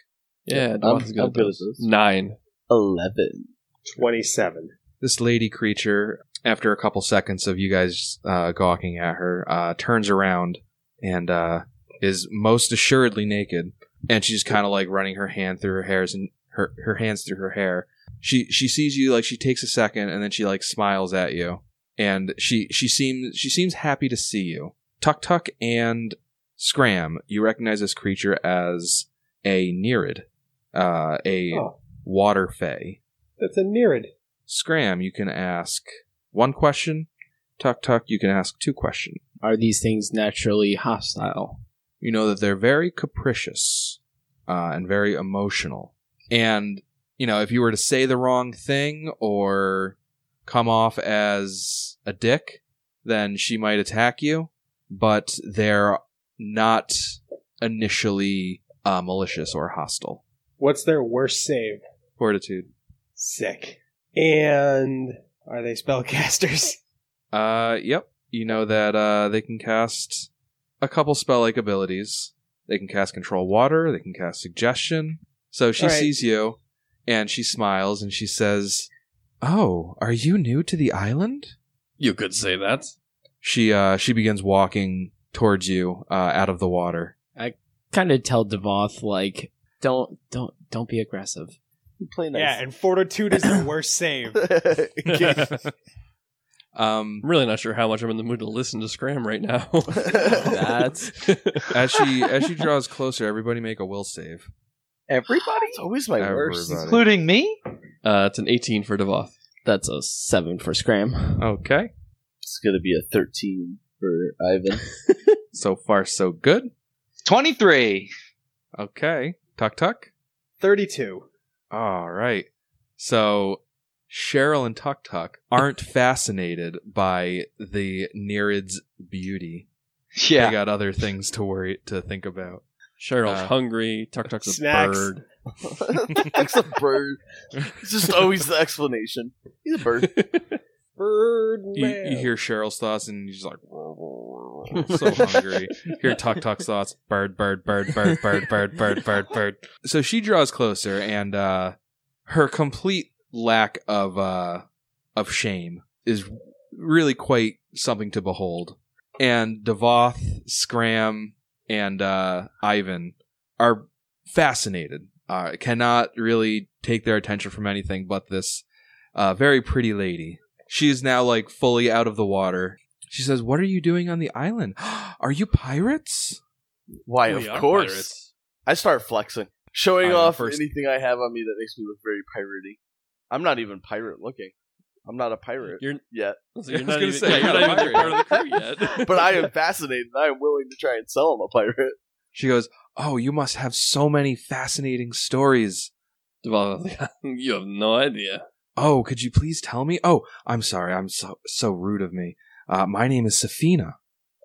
Yeah,
I'm,
Dawson's got
I'm good at
those.
this.
Nine.
Eleven.
27.
this lady creature, after a couple seconds of you guys uh, gawking at her, uh, turns around and uh, is most assuredly naked. And she's kind of like running her hand through her hairs and her, her hands through her hair. She she sees you like she takes a second and then she like smiles at you. And she she seems she seems happy to see you. Tuck Tuck and Scram, you recognize this creature as a Nereid, uh, a
Oh,
water fae.
that's a Nereid.
Scram, you can ask one question. Tuck Tuck, you can ask two questions.
Are these things naturally hostile?
You know that they're very capricious uh, and very emotional. And, you know, if you were to say the wrong thing or come off as a dick, then she might attack you, but they're not initially uh, malicious or hostile.
What's their worst save?
Fortitude.
Sick. And are they spellcasters?
Uh, yep. You know that uh, they can cast a couple spell like abilities. They can cast control water. They can cast suggestion. So she
All right.
sees you, and she smiles and she says, "Oh, are you new to the island?"
You could say that.
She uh, she begins walking towards you uh, out of the water.
Kind of tell Devoth like, don't, don't, don't be aggressive.
Play nice.
Yeah, and fortitude is the worst save.
Okay.
Um,
I'm really not sure how much I'm in the mood to listen to Scram right now.
That's-
as she as she draws closer, everybody make a will save.
Everybody,
It's always my worst.
Everybody.
including me.
uh, it's an 18 for Devoth.
That's a seven for Scram.
Oh.
Okay,
It's gonna be a thirteen for Ivan.
so far so good.
Twenty-three.
Okay, tuck tuck.
32.
All right. So Cheryl and Tuck Tuck aren't fascinated by the Nereid's beauty. They
Yeah.
got other things to worry to think about.
Cheryl's
Uh,
hungry. Tuck Tuck's a
Snacks.
bird.
That's a bird. It's just always the explanation. He's a bird.
Birdman.
You, you hear Cheryl's thoughts and you're just like so hungry. hear Tuck Tuck's thoughts. Bird, bird, bird, bird, bird, bird, bird, bird, bird. So she draws closer, and uh, her complete lack of uh, of shame is really quite something to behold. And Devoth, Scram, and uh, Ivan are fascinated. Uh, cannot really take their attention from anything but this uh, very pretty lady. She is now like fully out of the water. She says, "What are you doing on the island? Are you pirates?"
Why?
We
of
are
course.
pirates.
I start flexing, showing
Ivan
off
first.
anything I have on me that makes me look very piratey. I'm not even pirate looking. I'm not a pirate
You're,
yet,
so you're
I was
not
gonna
even,
say,
yeah,
you're
you're
not
not even
a
part of the crew yet.
but I am fascinated. and I am willing to try and sell him a pirate.
She goes, "Oh, you must have so many fascinating stories.
Devoth, you have no idea.
Oh, could you please tell me? Oh, I'm sorry, I'm so so rude of me. Uh, my name is Safina.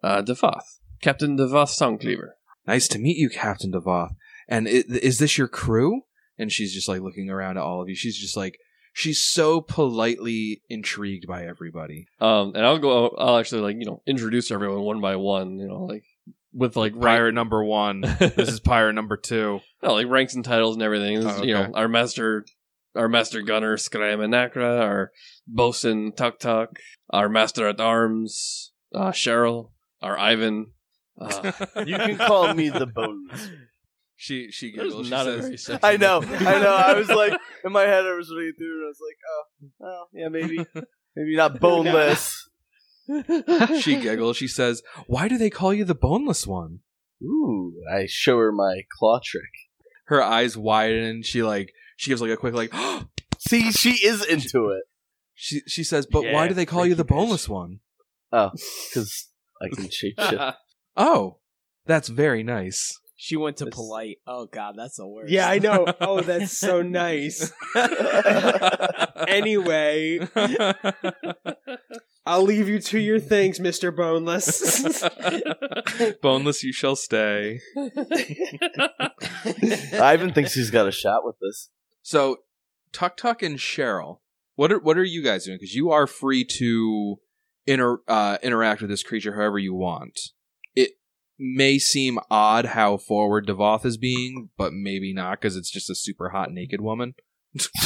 Uh, Devoth. Captain Devoth Songcleaver.
Nice to meet you, Captain Devoth. And i- is this your crew?" And she's just like looking around at all of you. She's just like she's so politely intrigued by everybody.
Um, and I'll go. I'll actually like you know introduce everyone one by one. You know, like with like
Pirate number one. this is pirate number two.
no, Oh, like ranks and titles and everything. This is,
Oh,
You know,
okay.
our master, our master gunner Skram and Nakra, our bosun Tuk Tuk, our master at arms uh, Cheryl, our Ivan. Uh,
You can call me the bones.
She she
there's
giggles. She
not a
says,
very sexy
I know, I know. I was like, in my head, I was reading through, and I was like, oh, oh, yeah, maybe, maybe not boneless.
she giggles. She says, "Why do they call you the boneless one?"
Ooh, I show her my claw trick.
Her eyes widen. She like she gives like a quick like.
See, she is into it
she she says, "But why
Yeah,
do they call you the
freaky bitch.
boneless one?"
because Oh, I can shape shift.
Oh, that's very nice.
She went to
It's-
polite. Oh god, that's the worst.
Yeah, I know. Oh, that's so nice. anyway, I'll leave you to your things, Mr. Boneless.
boneless, you shall stay.
Ivan thinks he's got a shot with this.
So, Tuck Tuck and Cheryl, what are what are you guys doing? Because you are free to inter uh, interact with this creature however you want. It may seem odd how forward Devoth is being, but maybe not because it's just a super hot naked woman.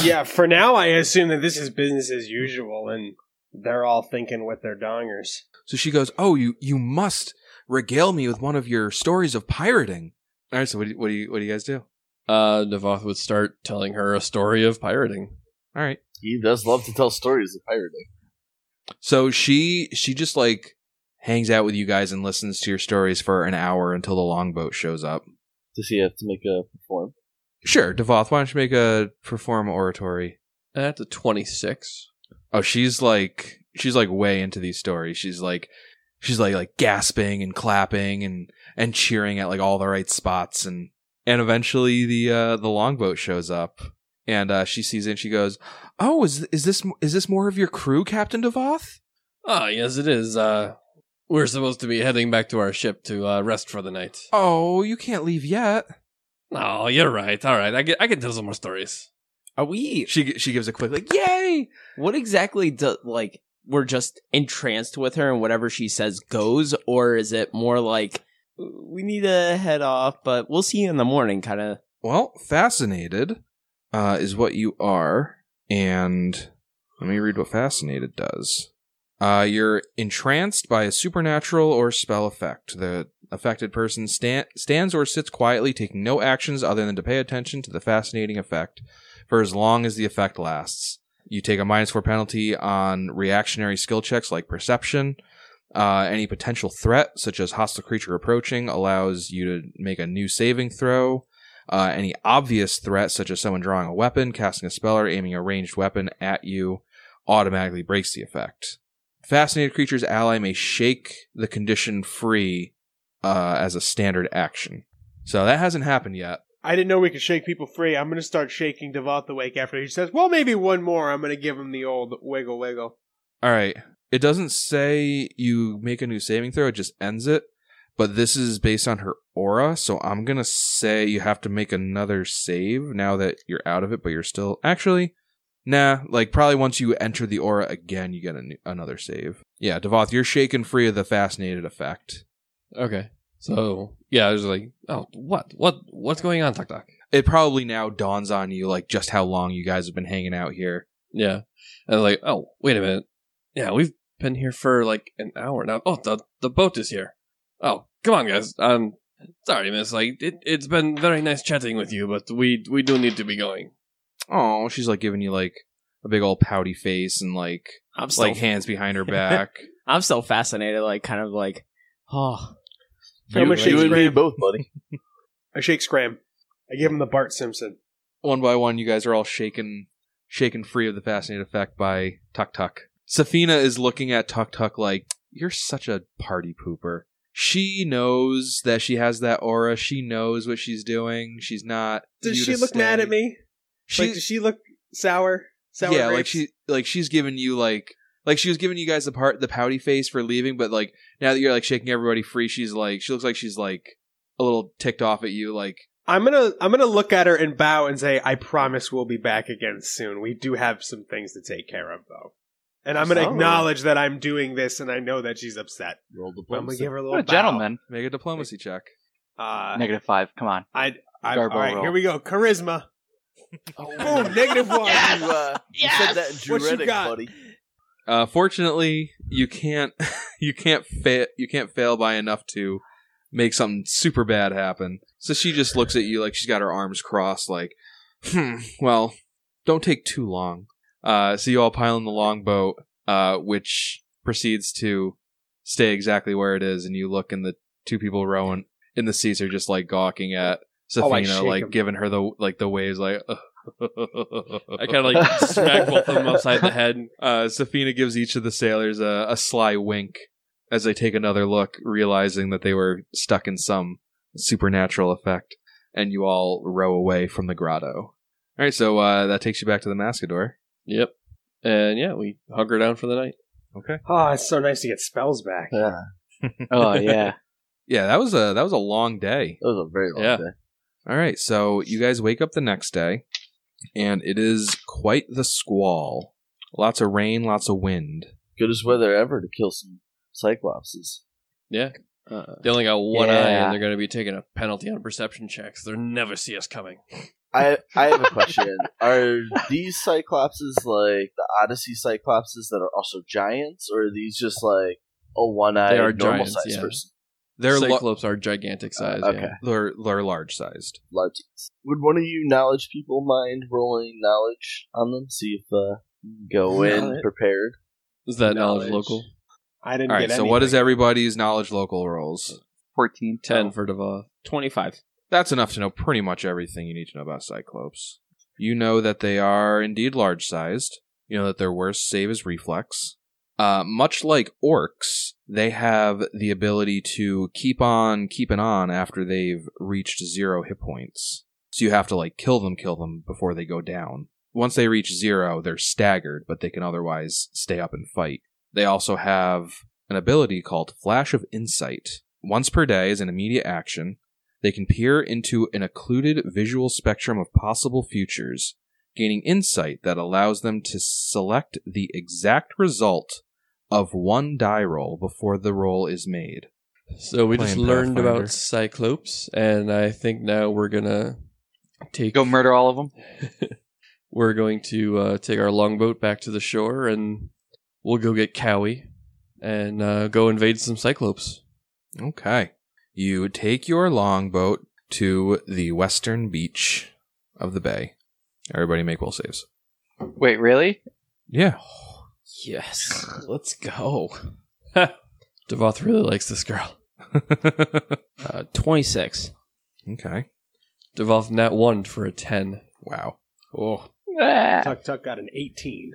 yeah, for now, I assume that this is business as usual, and they're all thinking with their dongers.
So she goes, "Oh, you you must regale me with one of your stories of pirating." All right. So what do you, what do you what do you guys do?
uh, Devoth would start telling her a story of pirating.
All right.
He does love to tell stories of pirating.
So she she just like hangs out with you guys and listens to your stories for an hour until the longboat shows up.
Does he have to make a perform?
Sure, Devoth, why don't you make a perform oratory?
At the twenty six.
Oh, she's like she's like way into these stories. She's like she's like like gasping and clapping and and cheering at like all the right spots and and eventually the uh the longboat shows up and uh she sees it and she goes, "Oh, is is this is this more of your crew, Captain Devoth?"
Ah, yes, it is. Uh, we're supposed to be heading back to our ship to uh, rest for the night.
"Oh, you can't leave yet."
Oh, you're right. All right, I get. I can tell some more stories.
Are we?
She she gives a quick like, "Yay!"
What exactly do like we're just entranced with her and whatever she says goes, or is it more like we need to head off, but we'll see you in the morning, kind of?
Well, fascinated uh, is what you are, and let me read what fascinated does. Uh, you're entranced by a supernatural or spell effect. The affected person sta- stands or sits quietly, taking no actions other than to pay attention to the fascinating effect for as long as the effect lasts. You take a minus four penalty on reactionary skill checks like perception. Uh, any potential threat, such as hostile creature approaching, allows you to make a new saving throw. Uh, any obvious threat, such as someone drawing a weapon, casting a spell, or aiming a ranged weapon at you, automatically breaks the effect. Fascinated creature's ally may shake the condition free uh, as a standard action. So that hasn't happened yet.
I didn't know we could shake people free. I'm going to start shaking Devoth awake after he says, well, maybe one more. I'm going to give him the old wiggle wiggle.
All right. It doesn't say you make a new saving throw, it just ends it. But this is based on her aura, so I'm going to say you have to make another save now that you're out of it, but you're still. Actually, nah, like probably once you enter the aura again, you get a new, another save. Yeah, Devoth, you're shaken free of the fascinated effect.
Okay. So yeah, I was like, oh, what, what, what's going on, Tok Tok?
It probably now dawns on you, like, just how long you guys have been hanging out here.
Yeah. And I was like, oh, wait a minute. Yeah, we've been here for like an hour now. Oh, the the boat is here. Oh, come on, guys. Um, sorry, miss. Like, it, it's been very nice chatting with you, but we we do need to be going.
Oh, she's like giving you like a big old pouty face and like
I'm still
like hands behind her back.
I'm still fascinated, like kind of like, oh,
So
You,
I'm going to shake
you and me
Scram.
both, buddy.
I shake Scram. I give him the Bart Simpson.
one by one, you guys are all shaken, shaken free of the fascinated effect by Tuk Tuk. Safina is looking at Tuk Tuk like, "You're such a party pooper." She knows that she has that aura. She knows what she's doing. She's not.
Does
you
she
to
look mad
stay.
at me?
She,
like, does she look sour? Sour
yeah, like
grapes?
she, like she's giving you like, like she was giving you guys the part, the pouty face for leaving, but like now that you're like shaking everybody free, she's like, she looks like she's like a little ticked off at you, like.
I'm gonna I'm gonna look at her and bow and say, I promise we'll be back again soon. We do have some things to take care of though. And I'm gonna
Oh.
acknowledge that I'm doing this and I know that she's upset.
Roll the
But I'm
bumps.
gonna give her a little
What a
bow.
gentleman.
Make a diplomacy check.
Uh
Negative five. Come on.
I I all
Garbo
right,
roll.
here we go. Charisma.
Oh,
Boom, negative one.
You, uh, you said that in
What you
Druidic,
got?
buddy.
Uh, fortunately, you can't you can't fail you can't fail by enough to make something super bad happen. So she just looks at you like she's got her arms crossed, like, hmm, well, don't take too long. Uh, so you all pile in the longboat, uh, which proceeds to stay exactly where it is, and you look, and the two people rowing in the seats are just like gawking at
Oh, I
Safina,
shake
like
'em.
giving her the like the waves, like.
I kind of like smack both of them upside the head.
Uh, Safina gives each of the sailors a, a sly wink as they take another look, realizing that they were stuck in some supernatural effect, and you all row away from the grotto. All right, so uh, that takes you back to the Mascador.
Yep. And yeah, we hunker down for the night.
Oh, it's so nice to get spells back.
Yeah, that
Oh yeah.
Yeah, that was a that was a long day.
was a very long
Yeah.
day.
All right, so you guys wake up the next day, and it is quite the squall. Lots of rain, lots of wind.
Good as weather ever to kill some cyclopses.
uh,
They only got one eye,
Yeah.
and they're going to be taking a penalty on perception checks. They'll never see us coming.
I I have a question. are these cyclopses like the Odyssey cyclopses that are also giants, or are these just like a one-eyed
They are
normal
giants,
sized
yeah.
person?
They're lo-
Cyclops are gigantic size.
okay,
yeah.
they're, they're large sized.
large. Would one of you knowledge people mind rolling knowledge on them? See if uh, you go in
Knowledge.
prepared.
Is that knowledge,
Knowledge.
local?
I didn't
All
get
right, so what is
anything.
everybody's knowledge local rolls?
Fourteen.
Ten for Devoth.
25.
That's enough to know pretty much everything you need to know about Cyclops. You know that they are indeed large sized. You know that their worst save is reflex. Uh, much like orcs, they have the ability to keep on keeping on after they've reached zero hit points. So you have to like kill them, kill them before they go down. Once they reach zero, they're staggered, but they can otherwise stay up and fight. They also have an ability called Flash of Insight. Once per day is an immediate action. They can peer into an occluded visual spectrum of possible futures, gaining insight that allows them to select the exact result of one die roll before the roll is made.
So we just
Playing
learned
Pathfinder.
about Cyclops, and I think now we're gonna take
Go murder all of them.
we're going to uh, take our longboat back to the shore, and we'll go get Cowie and uh, go invade some Cyclops.
Okay. You take your longboat to the western beach of the bay. Everybody make will saves.
Wait, really?
Yeah.
Yes. Let's go.
Devoth really likes this girl.
Uh, 26.
okay.
Devoth net one for a ten.
Wow.
Oh.
Ah.
Tuck Tuck got an 18.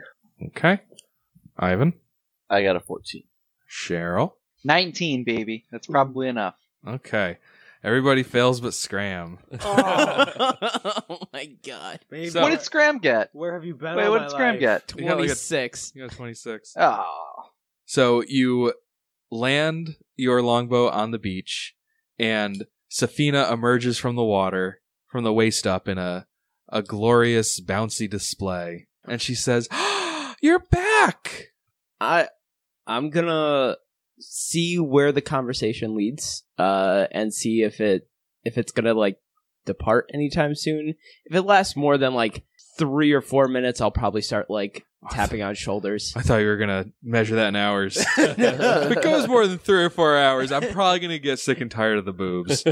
Okay. Ivan,
I got a 14.
Cheryl.
19, baby. That's probably enough.
Okay. Everybody fails but Scram.
Oh my god.
Baby,
So-
what did Scram get?
where have you been?
Wait,
all
what
my
did Scram
life?
get?
You got like a-
26.
You got 26.
Oh,
So you land your longbow on the beach, and Safina emerges from the water, from the waist up, in a, a glorious, bouncy display. And she says, You're back!
I I'm going to see where the conversation leads uh and see if it if it's going to like depart anytime soon. If it lasts more than like 3 or 4 minutes, I'll probably start like tapping on shoulders.
I thought you were going to measure that in hours. if it goes more than three or four hours, I'm probably going to get sick and tired of the boobs.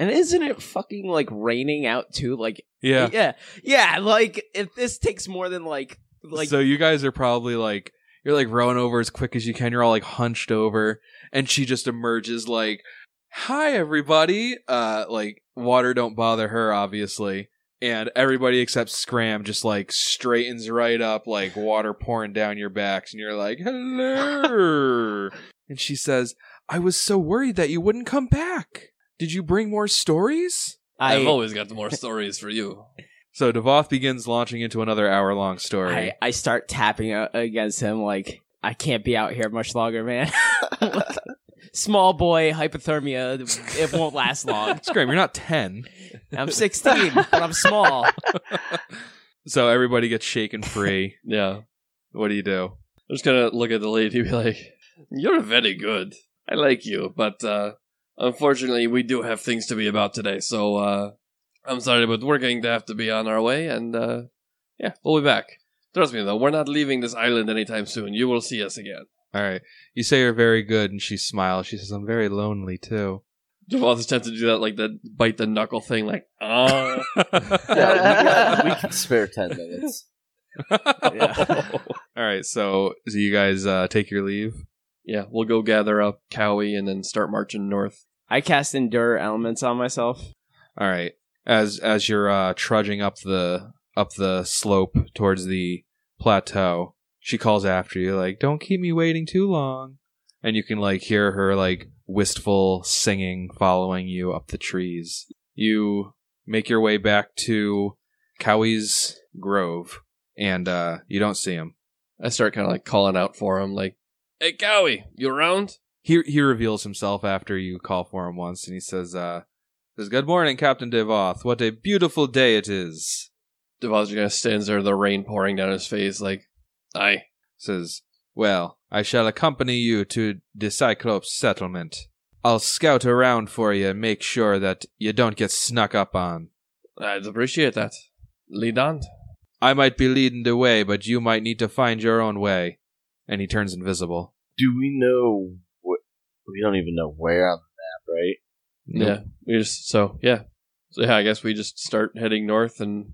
And isn't it fucking like raining out too like
Yeah.
yeah. Yeah, like if this takes more than like like
so you guys are probably like you're like rowing over as quick as you can you're all like hunched over and she just emerges like hi everybody uh like water don't bother her obviously and everybody except scram just like straightens right up like water pouring down your backs and you're like hello and she says i was so worried that you wouldn't come back did you bring more stories
I
I've always got more stories for you.
so devoth begins launching into another hour long story
I, I start tapping a- against him like I can't be out here much longer, man. Small boy hypothermia, it won't last long.
scram you're not 10
I'm 16, but I'm small.
So everybody gets shaken free.
Yeah.
what do you do?
I'm just gonna look at the lady and be like, You're very good. I like you, but uh unfortunately we do have things to be about today, so uh I'm sorry, but we're going to have to be on our way and uh yeah, we'll be back. Trust me though, we're not leaving this island anytime soon. You will see us again.
All right. You say you're very good, and she smiles. She says, I'm very lonely, too.
Devoth is tempted to do that like that bite the knuckle thing, like ah
Yeah, we, we can spare 10 minutes.
All right. So, so you guys uh, take your leave.
Yeah, we'll go gather up Cowie and then start marching north.
I cast Endure Elements on myself.
All right. As as you're uh, trudging up the up the slope towards the plateau, she calls after you, like, "Don't keep me waiting too long." And you can like hear her like wistful singing following you up the trees. You make your way back to Cowie's Grove, and uh, you don't see him.
I start kind of like calling out for him, like, "Hey, Cowie, you around?"
He he reveals himself after you call for him once, and he says, uh, "Says good morning, Captain Devoth. What a beautiful day it is."
Devoz kind of stands there, the rain pouring down his face, like, "Aye,
says, Well, I shall accompany you to the Cyclops settlement. I'll scout around for you and make sure that you don't get snuck up on.
I'd appreciate that." Lead on.
I might be leading the way, but you might need to find your own way. And he turns invisible.
Do we know what? We don't even know where on the map, right?
Yeah, we just so yeah, so yeah. I guess we just start heading north and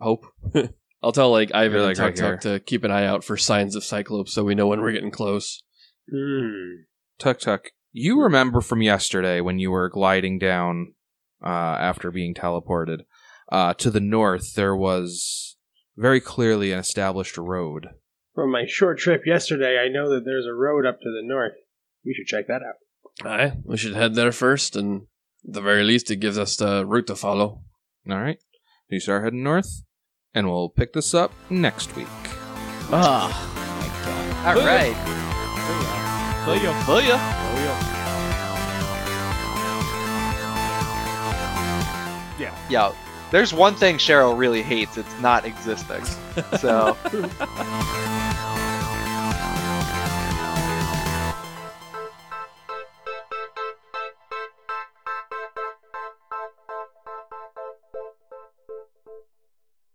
hope. I'll tell like Ivan
You're,
and
like, right
Tuck Tuck to keep an eye out for signs of Cyclops, so we know when we're getting close.
Hmm.
Tuck Tuck, you remember from yesterday when you were gliding down uh, after being teleported. Uh, to the north, there was very clearly an established road.
From my short trip yesterday, I know that there's a road up to the north. We should check that out.
Aye, we should head there first, and at the very least, it gives us the route to follow.
All right. You start heading north, and we'll pick this up next week.
Ugh.
all right.
Yeah.
Yo, there's one thing Cheryl really hates. It's not existing. So.